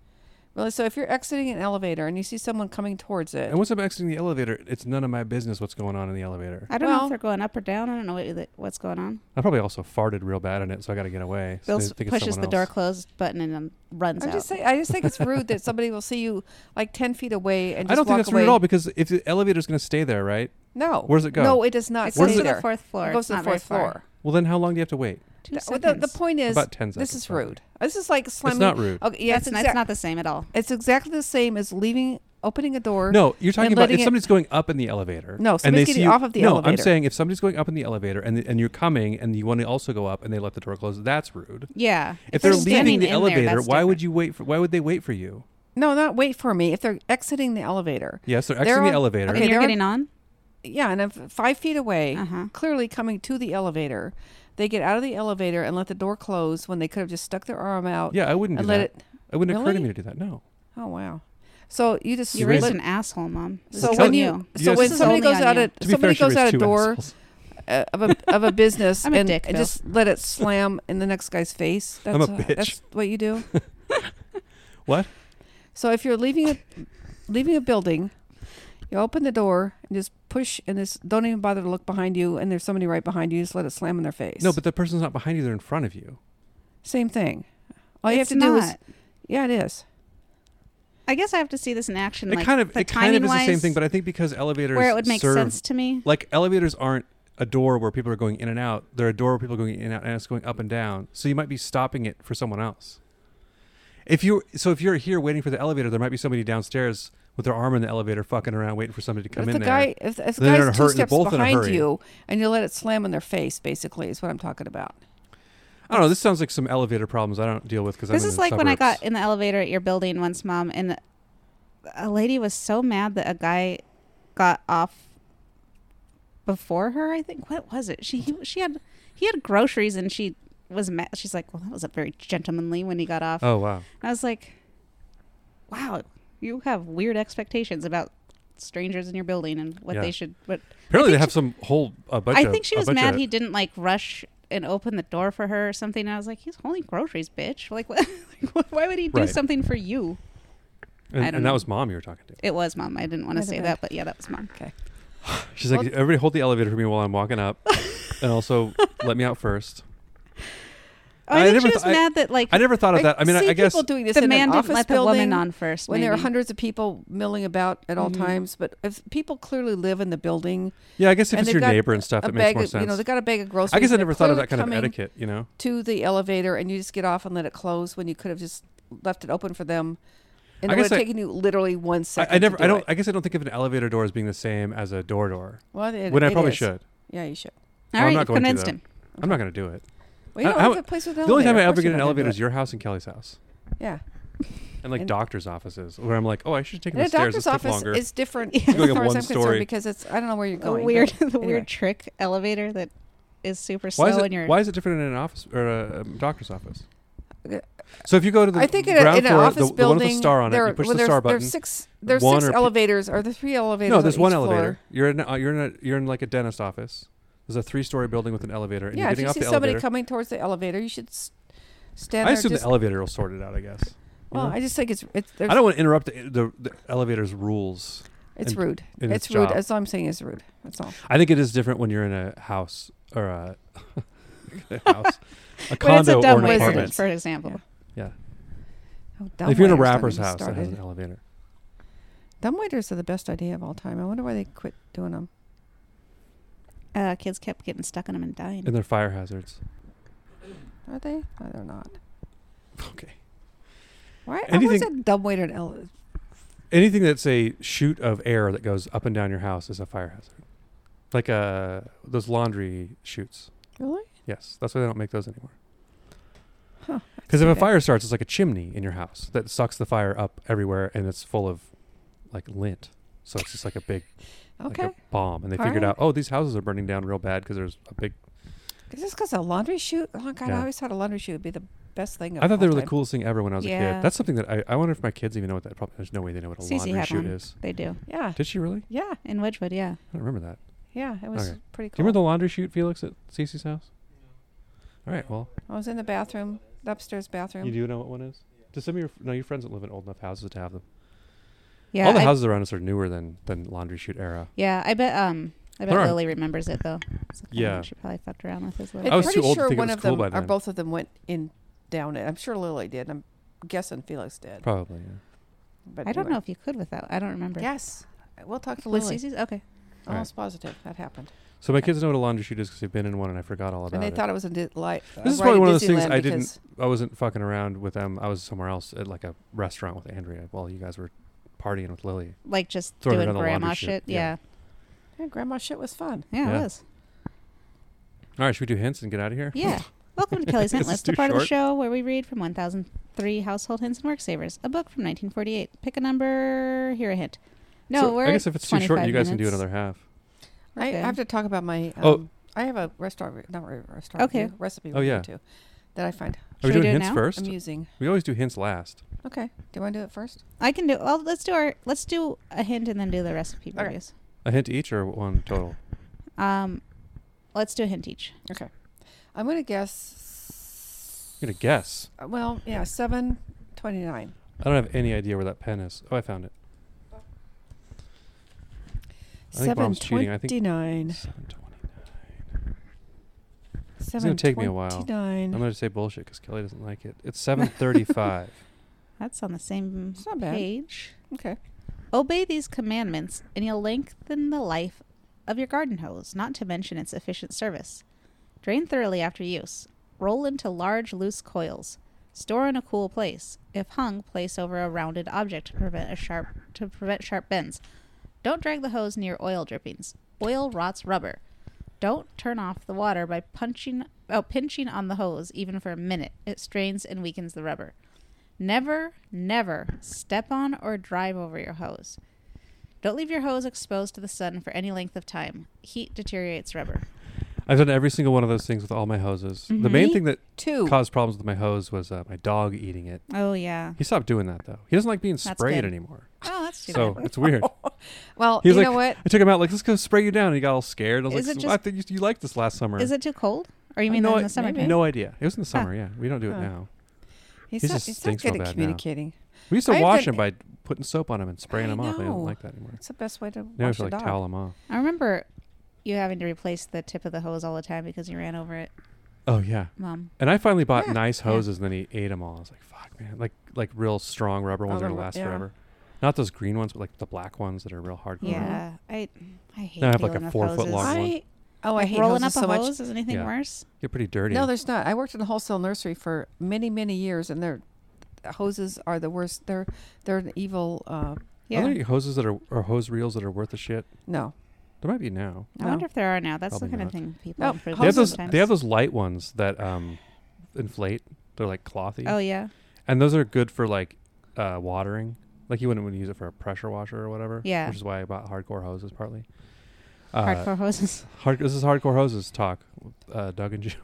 Speaker 1: Well, so if you're exiting an elevator and you see someone coming towards it,
Speaker 2: And once I'm exiting the elevator, it's none of my business what's going on in the elevator.
Speaker 4: I don't know
Speaker 1: Well-
Speaker 4: if they're going up or down. I don't know what, the- what's going on.
Speaker 2: I probably also farted real bad in it, so I got to get away. So
Speaker 4: Bill
Speaker 2: they
Speaker 4: s-
Speaker 2: think it's
Speaker 4: pushes
Speaker 2: someone
Speaker 4: the door
Speaker 2: else.
Speaker 4: closed button and then runs
Speaker 1: I'm
Speaker 4: out.
Speaker 1: just saying, I just think it's rude that somebody will see you like ten feet away and just
Speaker 2: I don't think
Speaker 1: walk
Speaker 2: that's
Speaker 1: away.
Speaker 2: rude at all because if the elevator's going to stay there, right?
Speaker 1: No.
Speaker 2: Where does it go?
Speaker 1: No, it does not.
Speaker 4: it
Speaker 1: stay
Speaker 4: goes to
Speaker 1: there.
Speaker 4: the fourth floor.
Speaker 1: It goes
Speaker 4: It's
Speaker 1: to the
Speaker 4: not very
Speaker 1: fourth
Speaker 4: far.
Speaker 1: floor.
Speaker 2: Well, then how long do you have to wait?
Speaker 4: Two
Speaker 1: Th- well,
Speaker 4: seconds.
Speaker 1: the, the point is,
Speaker 2: About 10
Speaker 1: this
Speaker 2: seconds,
Speaker 1: is
Speaker 2: probably.
Speaker 1: rude. This is like slamming.
Speaker 2: not rude.
Speaker 1: Okay, yeah,
Speaker 4: That's,
Speaker 1: it's,
Speaker 4: not,
Speaker 1: exact-
Speaker 4: it's not the same at all.
Speaker 1: it's exactly the same as leaving, opening a door.
Speaker 2: No, you're talking
Speaker 1: and
Speaker 2: about
Speaker 1: letting
Speaker 2: if
Speaker 1: it-
Speaker 2: somebody's going up in the elevator.
Speaker 1: No,
Speaker 2: and
Speaker 1: somebody's
Speaker 2: they
Speaker 1: getting
Speaker 2: see you-
Speaker 1: off of the
Speaker 2: no, I'm
Speaker 1: elevator.
Speaker 2: saying if somebody's going up in the elevator and and you're coming and you want to also go up and they let the door close, that's rude.
Speaker 4: Yeah.
Speaker 2: If, they're,
Speaker 4: standing
Speaker 2: leaving the
Speaker 4: in there,
Speaker 2: elevator,
Speaker 4: that's
Speaker 2: why would
Speaker 4: different.
Speaker 2: you wait? For, why would they wait for you?
Speaker 1: no, not wait for me. If they're exiting the elevator,
Speaker 2: Yes, they're
Speaker 1: They're
Speaker 2: exiting
Speaker 1: on-
Speaker 2: the elevator.
Speaker 1: okay,
Speaker 4: And
Speaker 1: there
Speaker 4: you're
Speaker 1: are-
Speaker 4: getting on.
Speaker 1: yeah, and I'm f- five feet away,
Speaker 4: Uh-huh.
Speaker 1: clearly coming to the elevator, they get out of the elevator and let the door close when they could have just stuck their arm out.
Speaker 2: Yeah, I wouldn't
Speaker 1: And
Speaker 2: do
Speaker 1: let
Speaker 2: that.
Speaker 1: it-
Speaker 2: It wouldn't occur to
Speaker 1: Really?
Speaker 2: me to do that. No.
Speaker 1: Oh wow. So you just
Speaker 4: You
Speaker 2: raised
Speaker 4: raised
Speaker 1: split-
Speaker 4: an asshole, mom. This
Speaker 1: So
Speaker 4: is
Speaker 1: when
Speaker 4: on
Speaker 1: you,
Speaker 2: You
Speaker 1: so
Speaker 2: guys-
Speaker 1: when
Speaker 2: This is
Speaker 1: somebody
Speaker 4: only
Speaker 1: goes
Speaker 4: on
Speaker 1: out
Speaker 4: you.
Speaker 1: a
Speaker 2: To be fair,
Speaker 1: somebody
Speaker 2: she
Speaker 1: goes
Speaker 2: raised
Speaker 1: out a
Speaker 2: two
Speaker 1: door
Speaker 2: assholes.
Speaker 1: uh, of a of a business
Speaker 4: I'm a
Speaker 1: and
Speaker 4: dick, Bill.
Speaker 1: just let it slam in the next guy's face. That's
Speaker 2: I'm a
Speaker 1: uh,
Speaker 2: bitch.
Speaker 1: that's what you do.
Speaker 2: What?
Speaker 1: So if you're leaving a leaving a building, you open the door and just push and just don't even bother to look behind you and there's somebody right behind you, just let it slam in their face.
Speaker 2: No, but the person's not behind you; they're in front of you.
Speaker 1: same thing. All you have
Speaker 4: It's
Speaker 1: to do is
Speaker 4: not.
Speaker 1: Yeah, it is.
Speaker 4: I guess I have to see this in action.
Speaker 2: It
Speaker 4: like,
Speaker 2: kind of
Speaker 4: the
Speaker 2: it kind of is the same
Speaker 4: timing-wise,
Speaker 2: thing, but I think because elevators
Speaker 4: where it would make
Speaker 2: serve,
Speaker 4: sense to me.
Speaker 2: like elevators aren't a door where people are going in and out; they're a door where people are going in and out, and it's going up and down. So you might be stopping it for someone else. If you so if you're here waiting for the elevator, there might be somebody downstairs with their arm in the elevator, fucking around, waiting for somebody to
Speaker 1: But
Speaker 2: come
Speaker 1: if
Speaker 2: in
Speaker 1: the
Speaker 2: there.
Speaker 1: guy if, if the
Speaker 2: Then they're in a
Speaker 1: guy's two
Speaker 2: hurry- they're
Speaker 1: steps
Speaker 2: both in a
Speaker 1: behind
Speaker 2: hurry.
Speaker 1: you and you let it slam in their face, basically, is what I'm talking about.
Speaker 2: I don't know. This sounds like some elevator problems I don't deal with because
Speaker 4: This
Speaker 2: I'm
Speaker 4: is
Speaker 2: in the
Speaker 4: like when I
Speaker 2: suburbs.
Speaker 4: got in the elevator at your building once, mom, and a lady was so mad that a guy got off before her. I think what was it? She he, she had he had groceries and she was mad. She's like, well, that wasn't very gentlemanly when he got off.
Speaker 2: Oh wow!
Speaker 4: And I was like, wow, you have weird expectations about strangers in your building and what
Speaker 2: Yeah.
Speaker 4: they should. But
Speaker 2: Apparently they
Speaker 4: think
Speaker 2: have some whole a bunch.
Speaker 4: I
Speaker 2: of-
Speaker 4: think she
Speaker 2: a
Speaker 4: was
Speaker 2: bunch
Speaker 4: mad
Speaker 2: of-
Speaker 4: he didn't like rush and open the door for her or something. And I was like, he's holding groceries, bitch. Like, what, like what- why would he do
Speaker 2: Right.
Speaker 4: something for you?
Speaker 2: and,
Speaker 4: I don't
Speaker 2: and that
Speaker 4: know.
Speaker 2: was mom you were talking to.
Speaker 4: It was mom. I didn't want to
Speaker 1: Might have
Speaker 4: say
Speaker 1: been.
Speaker 4: that, but yeah, that was mom.
Speaker 2: She's like, everybody hold the elevator for me while I'm walking up, and also let me out first.
Speaker 4: Oh,
Speaker 2: I
Speaker 4: I, think
Speaker 2: never
Speaker 4: she was
Speaker 2: th- I-
Speaker 4: mad that like
Speaker 2: I never thought of that. I mean, I,
Speaker 1: see
Speaker 2: I guess
Speaker 1: people doing this
Speaker 4: the
Speaker 1: in
Speaker 4: man
Speaker 1: an
Speaker 4: didn't
Speaker 1: office
Speaker 4: let the
Speaker 1: building
Speaker 4: woman on first.
Speaker 1: when there are
Speaker 4: maybe.
Speaker 1: hundreds of people milling about at all times. But if people clearly live in the building,
Speaker 2: yeah, I guess Mm-hmm. if
Speaker 1: and
Speaker 2: it's
Speaker 1: they've
Speaker 2: your
Speaker 1: got
Speaker 2: neighbor and stuff,
Speaker 1: a
Speaker 2: it makes
Speaker 1: bag
Speaker 2: more
Speaker 1: of,
Speaker 2: sense.
Speaker 1: You know, they got a bag of groceries.
Speaker 2: I guess I
Speaker 1: and
Speaker 2: never
Speaker 1: they're
Speaker 2: thought of
Speaker 1: clearly
Speaker 2: that kind of
Speaker 1: coming
Speaker 2: etiquette. You know,
Speaker 1: To the elevator, and you just get off and let it close when you could have just left it open for them. And
Speaker 2: I
Speaker 1: it would
Speaker 2: guess
Speaker 1: have
Speaker 2: I-
Speaker 1: taken you literally one
Speaker 2: I,
Speaker 1: second.
Speaker 2: I
Speaker 1: to
Speaker 2: never, I
Speaker 1: do
Speaker 2: don't,
Speaker 1: it.
Speaker 2: I guess I don't think of an elevator door as being the same as a door door.
Speaker 1: Well, it-
Speaker 2: when I
Speaker 1: it
Speaker 2: probably
Speaker 1: is.
Speaker 2: should.
Speaker 1: Yeah, you should.
Speaker 4: All
Speaker 2: I'm
Speaker 4: right,
Speaker 2: not
Speaker 4: you
Speaker 2: going to,
Speaker 4: convinced
Speaker 2: though.
Speaker 4: him.
Speaker 2: I'm not going to do it.
Speaker 1: Well, you
Speaker 2: I-
Speaker 1: don't
Speaker 2: I
Speaker 1: have
Speaker 2: would-
Speaker 1: a place with an
Speaker 2: Uh, The only time I
Speaker 1: elevator. Of
Speaker 2: ever
Speaker 1: course
Speaker 2: get an
Speaker 1: you're not gonna
Speaker 2: elevator
Speaker 1: do
Speaker 2: is your house and Kelly's house,
Speaker 1: it. yeah.
Speaker 2: and like
Speaker 1: And-
Speaker 2: doctors' offices, where I'm like, oh, I should take
Speaker 1: And
Speaker 2: the
Speaker 1: a
Speaker 2: stairs. This
Speaker 1: doctor's
Speaker 2: took
Speaker 1: office
Speaker 2: longer.
Speaker 1: is different
Speaker 4: Yeah.
Speaker 1: as far
Speaker 2: Going
Speaker 1: as
Speaker 2: up
Speaker 1: I'm
Speaker 2: one story.
Speaker 1: concerned because it's I don't know where you're
Speaker 4: The
Speaker 1: going. but-
Speaker 4: weird, the
Speaker 1: anyway.
Speaker 4: weird trick elevator that is super slow
Speaker 2: Why is,
Speaker 4: and
Speaker 2: it,
Speaker 4: you're
Speaker 2: why is it different in an office or a um, doctor's office?
Speaker 1: Okay.
Speaker 2: So if you go to the
Speaker 1: Uh, I think in, a,
Speaker 2: ground
Speaker 1: in an
Speaker 2: floor,
Speaker 1: office
Speaker 2: the, the one
Speaker 1: building,
Speaker 2: with the star on it,
Speaker 1: there,
Speaker 2: you push
Speaker 1: well, there's,
Speaker 2: the star
Speaker 1: There's
Speaker 2: button.
Speaker 1: six, there's
Speaker 2: One
Speaker 1: six
Speaker 2: or pe-
Speaker 1: elevators, or the three elevators.
Speaker 2: No, there's
Speaker 1: on
Speaker 2: one
Speaker 1: each
Speaker 2: elevator.
Speaker 1: floor.
Speaker 2: You're in a, you're in a you're in like a dentist office. There's a three-story building with an elevator, and
Speaker 1: Yeah,
Speaker 2: you're
Speaker 1: if
Speaker 2: getting
Speaker 1: you
Speaker 2: off
Speaker 1: see
Speaker 2: the
Speaker 1: somebody
Speaker 2: elevator.
Speaker 1: coming towards the elevator, you should s- stand
Speaker 2: I
Speaker 1: there.
Speaker 2: assume
Speaker 1: just,
Speaker 2: the elevator will sort it out. I guess.
Speaker 1: well, I just think it's it's there's,
Speaker 2: I don't want to interrupt the, the, the elevator's rules.
Speaker 1: it's
Speaker 2: and-
Speaker 1: rude.
Speaker 2: and
Speaker 1: It's
Speaker 2: its
Speaker 1: rude.
Speaker 2: job.
Speaker 1: That's all I'm saying is rude. That's all.
Speaker 2: I think it is different when you're in a house or a, a house, a
Speaker 4: when it's
Speaker 2: condo
Speaker 4: a dumb
Speaker 2: or an
Speaker 4: resident,
Speaker 2: apartment.
Speaker 4: for example.
Speaker 1: Yeah.
Speaker 2: yeah,
Speaker 1: Oh, dumb
Speaker 2: if you're in a
Speaker 1: waiters, don't
Speaker 2: rapper's
Speaker 1: get me
Speaker 2: house that has an
Speaker 1: started.
Speaker 2: elevator,
Speaker 1: dumb waiters are the best idea of all time. I wonder why they quit doing them.
Speaker 4: Uh, kids kept getting stuck in them and dying.
Speaker 2: and they're fire hazards.
Speaker 1: Are they? No, they're not.
Speaker 2: Okay.
Speaker 1: Why? why is
Speaker 2: Anything-
Speaker 1: a dumb waiter an ele-
Speaker 2: Anything that's a chute of air that goes up and down your house is a fire hazard. Like uh, those laundry chutes.
Speaker 1: Really?
Speaker 2: Yes, that's why they don't make those anymore.
Speaker 1: Huh.
Speaker 2: Because if
Speaker 1: too
Speaker 2: a
Speaker 1: bad.
Speaker 2: fire starts, it's like a chimney in your house that sucks the fire up everywhere, and it's full of like lint. So it's just like a big
Speaker 1: Okay.
Speaker 2: like a bomb. And they
Speaker 1: All
Speaker 2: figured
Speaker 1: right.
Speaker 2: out, oh, these houses are burning down real bad because there's a big.
Speaker 1: Is this because a laundry chute? Oh God,
Speaker 2: Yeah.
Speaker 1: I always thought a laundry chute would be the best thing. Of
Speaker 2: I thought they
Speaker 1: all
Speaker 2: were the
Speaker 1: time.
Speaker 2: coolest thing ever when I was a
Speaker 4: Yeah.
Speaker 2: kid. That's something that I, I wonder if my kids even know what that. Probably there's no way they know what a
Speaker 4: Cece
Speaker 2: laundry
Speaker 4: had
Speaker 2: chute
Speaker 4: one.
Speaker 2: is.
Speaker 4: They do
Speaker 1: Yeah,
Speaker 2: Did she really?
Speaker 1: yeah,
Speaker 4: in Wedgwood, yeah.
Speaker 2: I don't remember that.
Speaker 1: yeah. It was
Speaker 2: Okay.
Speaker 1: pretty
Speaker 2: Do you
Speaker 1: cool.
Speaker 2: remember the laundry chute, Felix, at Cece's house? All right, well,
Speaker 1: I was in the bathroom, the upstairs
Speaker 2: you
Speaker 1: bathroom.
Speaker 2: do know what one is. Does some of your no your friends don't live in old enough houses to have them?
Speaker 4: Yeah,
Speaker 2: All the
Speaker 4: I,
Speaker 2: houses around us are newer than than laundry chute era.
Speaker 4: yeah. I bet. Um, I bet
Speaker 2: There are-
Speaker 4: Lily remembers it though. It's like, oh,
Speaker 2: Yeah.
Speaker 4: she probably fucked around with his
Speaker 1: I'm
Speaker 4: little.
Speaker 2: I was
Speaker 1: pretty
Speaker 2: too old to
Speaker 1: sure
Speaker 2: think it
Speaker 1: one
Speaker 2: was
Speaker 1: of
Speaker 2: cool
Speaker 1: them
Speaker 2: by
Speaker 1: or
Speaker 2: then.
Speaker 1: both of them went in down it. I'm sure Lily did. I'm guessing Felix did.
Speaker 2: Probably. Yeah.
Speaker 1: But
Speaker 4: I don't
Speaker 1: anyway.
Speaker 4: know if you could without. I don't remember.
Speaker 1: Yes, we'll talk to
Speaker 4: With
Speaker 1: Lily.
Speaker 4: Cece's? Okay.
Speaker 2: All right.
Speaker 1: Almost positive that happened,
Speaker 2: So my kids know what a laundry chute is because they've been in one, and I forgot all about
Speaker 1: and they
Speaker 2: it.
Speaker 1: thought it was a di- light.
Speaker 2: This is probably one of those things I didn't- I wasn't fucking around with them. I was somewhere else at like a restaurant with Andrea while you guys were partying with Lily.
Speaker 4: Like just
Speaker 2: Throw it
Speaker 4: doing
Speaker 2: on the laundry
Speaker 4: grandma
Speaker 2: chute,
Speaker 4: shit.
Speaker 2: yeah.
Speaker 4: Yeah.
Speaker 1: Yeah, grandma shit was fun.
Speaker 4: yeah.
Speaker 2: Yeah.
Speaker 4: it was.
Speaker 2: All right, should we do hints and get out of here?
Speaker 4: Yeah. Welcome to Kelly's Hint
Speaker 2: This is
Speaker 4: List, the
Speaker 2: too
Speaker 4: part of the
Speaker 2: short.
Speaker 4: show where we read from 1003 Household Hints and Work Savers, a book from 1948. Pick a number, hear a hint. No,
Speaker 2: So,
Speaker 4: we're
Speaker 2: I guess if it's too short,
Speaker 4: 25
Speaker 2: you guys can do
Speaker 4: minutes.
Speaker 2: another half.
Speaker 1: I, I
Speaker 4: Okay.
Speaker 1: have to talk about my. Um,
Speaker 2: Oh.
Speaker 1: I have a restaurant, re- not re- restaurant.
Speaker 4: Okay.
Speaker 1: review, recipe.
Speaker 2: Oh,
Speaker 1: review
Speaker 2: yeah.
Speaker 1: too. that I find
Speaker 2: Are we
Speaker 4: Should we
Speaker 2: doing
Speaker 4: do it
Speaker 2: hints
Speaker 4: now?
Speaker 2: first?
Speaker 1: amusing.
Speaker 2: We always do hints last.
Speaker 1: Okay. Do you want to do it first?
Speaker 4: I can do. Well, let's do our. Let's do a hint and then do the recipe
Speaker 1: Okay.
Speaker 4: reviews.
Speaker 2: A hint each or one total?
Speaker 4: Um, let's do a hint each.
Speaker 1: Okay. I'm going to guess.
Speaker 2: I'm gonna guess.
Speaker 1: uh, Well, yeah, 729.
Speaker 2: I don't have any idea where that pen is. Oh, I found it. I think Mom's cheating. I think-
Speaker 1: 729.
Speaker 2: Seven twenty.
Speaker 1: It's
Speaker 2: gonna take me a while. I'm gonna say bullshit because Kelly doesn't like it. It's seven thirty-five.
Speaker 4: That's on the same
Speaker 1: It's not bad.
Speaker 4: page.
Speaker 1: Okay.
Speaker 4: Obey these commandments, and you'll lengthen the life of your garden hose, not to mention its efficient service. Drain thoroughly after use. Roll into large, loose coils. Store in a cool place. If hung, place over a rounded object to prevent a sharp to prevent sharp bends. Don't drag the hose near oil drippings. Oil rots rubber. Don't turn off the water by punching oh, pinching on the hose even for a minute. It strains and weakens the rubber. Never, never step on or drive over your hose. Don't leave your hose exposed to the sun for any length of time. Heat deteriorates rubber.
Speaker 2: I've done every single one of those things with all my hoses. The main
Speaker 4: Mm-hmm.
Speaker 1: Me
Speaker 2: thing that
Speaker 1: Two.
Speaker 2: caused problems with my hose was uh, my dog eating it.
Speaker 4: Oh yeah.
Speaker 2: He stopped doing that though. He doesn't like being
Speaker 4: That's
Speaker 2: sprayed
Speaker 4: good.
Speaker 2: anymore.
Speaker 4: Oh, that's too
Speaker 2: So
Speaker 4: bad.
Speaker 2: it's weird.
Speaker 1: Well,
Speaker 2: He was
Speaker 1: you
Speaker 2: like,
Speaker 1: know what?
Speaker 2: I took him out like, let's go spray you down. And he got all scared. I was
Speaker 4: Is
Speaker 2: like,
Speaker 4: it
Speaker 2: "So I
Speaker 4: just-
Speaker 2: think you, you liked this last summer.
Speaker 4: Is it too cold? Or you mean
Speaker 2: no,
Speaker 4: in
Speaker 2: I-
Speaker 4: the summer?
Speaker 1: maybe.
Speaker 4: too?
Speaker 2: No idea. It was in the
Speaker 4: Huh.
Speaker 2: summer. Yeah, we don't do it
Speaker 1: Huh.
Speaker 2: now.
Speaker 1: He's,
Speaker 2: He's
Speaker 1: not,
Speaker 2: just
Speaker 1: he's not
Speaker 2: stinks real
Speaker 1: good
Speaker 2: bad now.
Speaker 1: at communicating.
Speaker 2: We used to
Speaker 1: I've
Speaker 2: wash
Speaker 1: been-
Speaker 2: him by putting soap on him and spraying
Speaker 1: I
Speaker 2: him off. I
Speaker 1: know.
Speaker 2: don't like that anymore.
Speaker 1: It's the best way to
Speaker 2: Now I have
Speaker 1: wash
Speaker 2: to
Speaker 1: a
Speaker 2: like
Speaker 1: dog.
Speaker 2: towel him off.
Speaker 4: I remember you having to replace the tip of the hose all the time because you ran over it,
Speaker 2: Oh yeah.
Speaker 4: Mom.
Speaker 2: And I finally bought
Speaker 1: Yeah,
Speaker 2: nice
Speaker 4: yeah.
Speaker 2: hoses, and then he ate them all. I was like, "Fuck, man! Like, like real strong rubber ones
Speaker 1: the
Speaker 2: that
Speaker 1: ru-
Speaker 2: last
Speaker 1: yeah.
Speaker 2: forever. Not those green ones, but like the black ones that are real hardcore.
Speaker 4: Yeah. I I hate
Speaker 2: Now I Mm-hmm. have, like, a
Speaker 4: dealing with
Speaker 2: four-foot
Speaker 4: hoses.
Speaker 2: long one.
Speaker 1: I oh I
Speaker 4: Like,
Speaker 1: hate
Speaker 4: rolling up
Speaker 1: hoses
Speaker 4: a
Speaker 1: so
Speaker 4: hose
Speaker 1: much.
Speaker 4: is anything
Speaker 2: Yeah.
Speaker 4: worse?
Speaker 2: Get pretty dirty.
Speaker 1: No, there's not. I worked in a wholesale nursery for many many years, and their hoses are the worst. They're they're an evil. Uh,
Speaker 2: Are
Speaker 4: Yeah.
Speaker 2: there any hoses that are or hose reels that are worth a shit?
Speaker 1: no,
Speaker 2: There might be now.
Speaker 4: I wonder
Speaker 1: No.
Speaker 4: if there are now. That's the
Speaker 2: Probably
Speaker 4: kind of
Speaker 2: not.
Speaker 4: thing people
Speaker 1: No,
Speaker 4: improve
Speaker 2: They have
Speaker 1: Hoses
Speaker 2: those.
Speaker 4: sometimes.
Speaker 2: They have those light ones that um, inflate. They're like clothy.
Speaker 4: Oh yeah.
Speaker 2: And those are good for like uh, watering. Like you wouldn't want to use it for a pressure washer or whatever.
Speaker 4: Yeah.
Speaker 2: Which is why I bought hardcore hoses partly. Uh,
Speaker 4: Hardcore hoses.
Speaker 2: hard, this is hardcore hoses talk. with, Uh, Doug and Jim.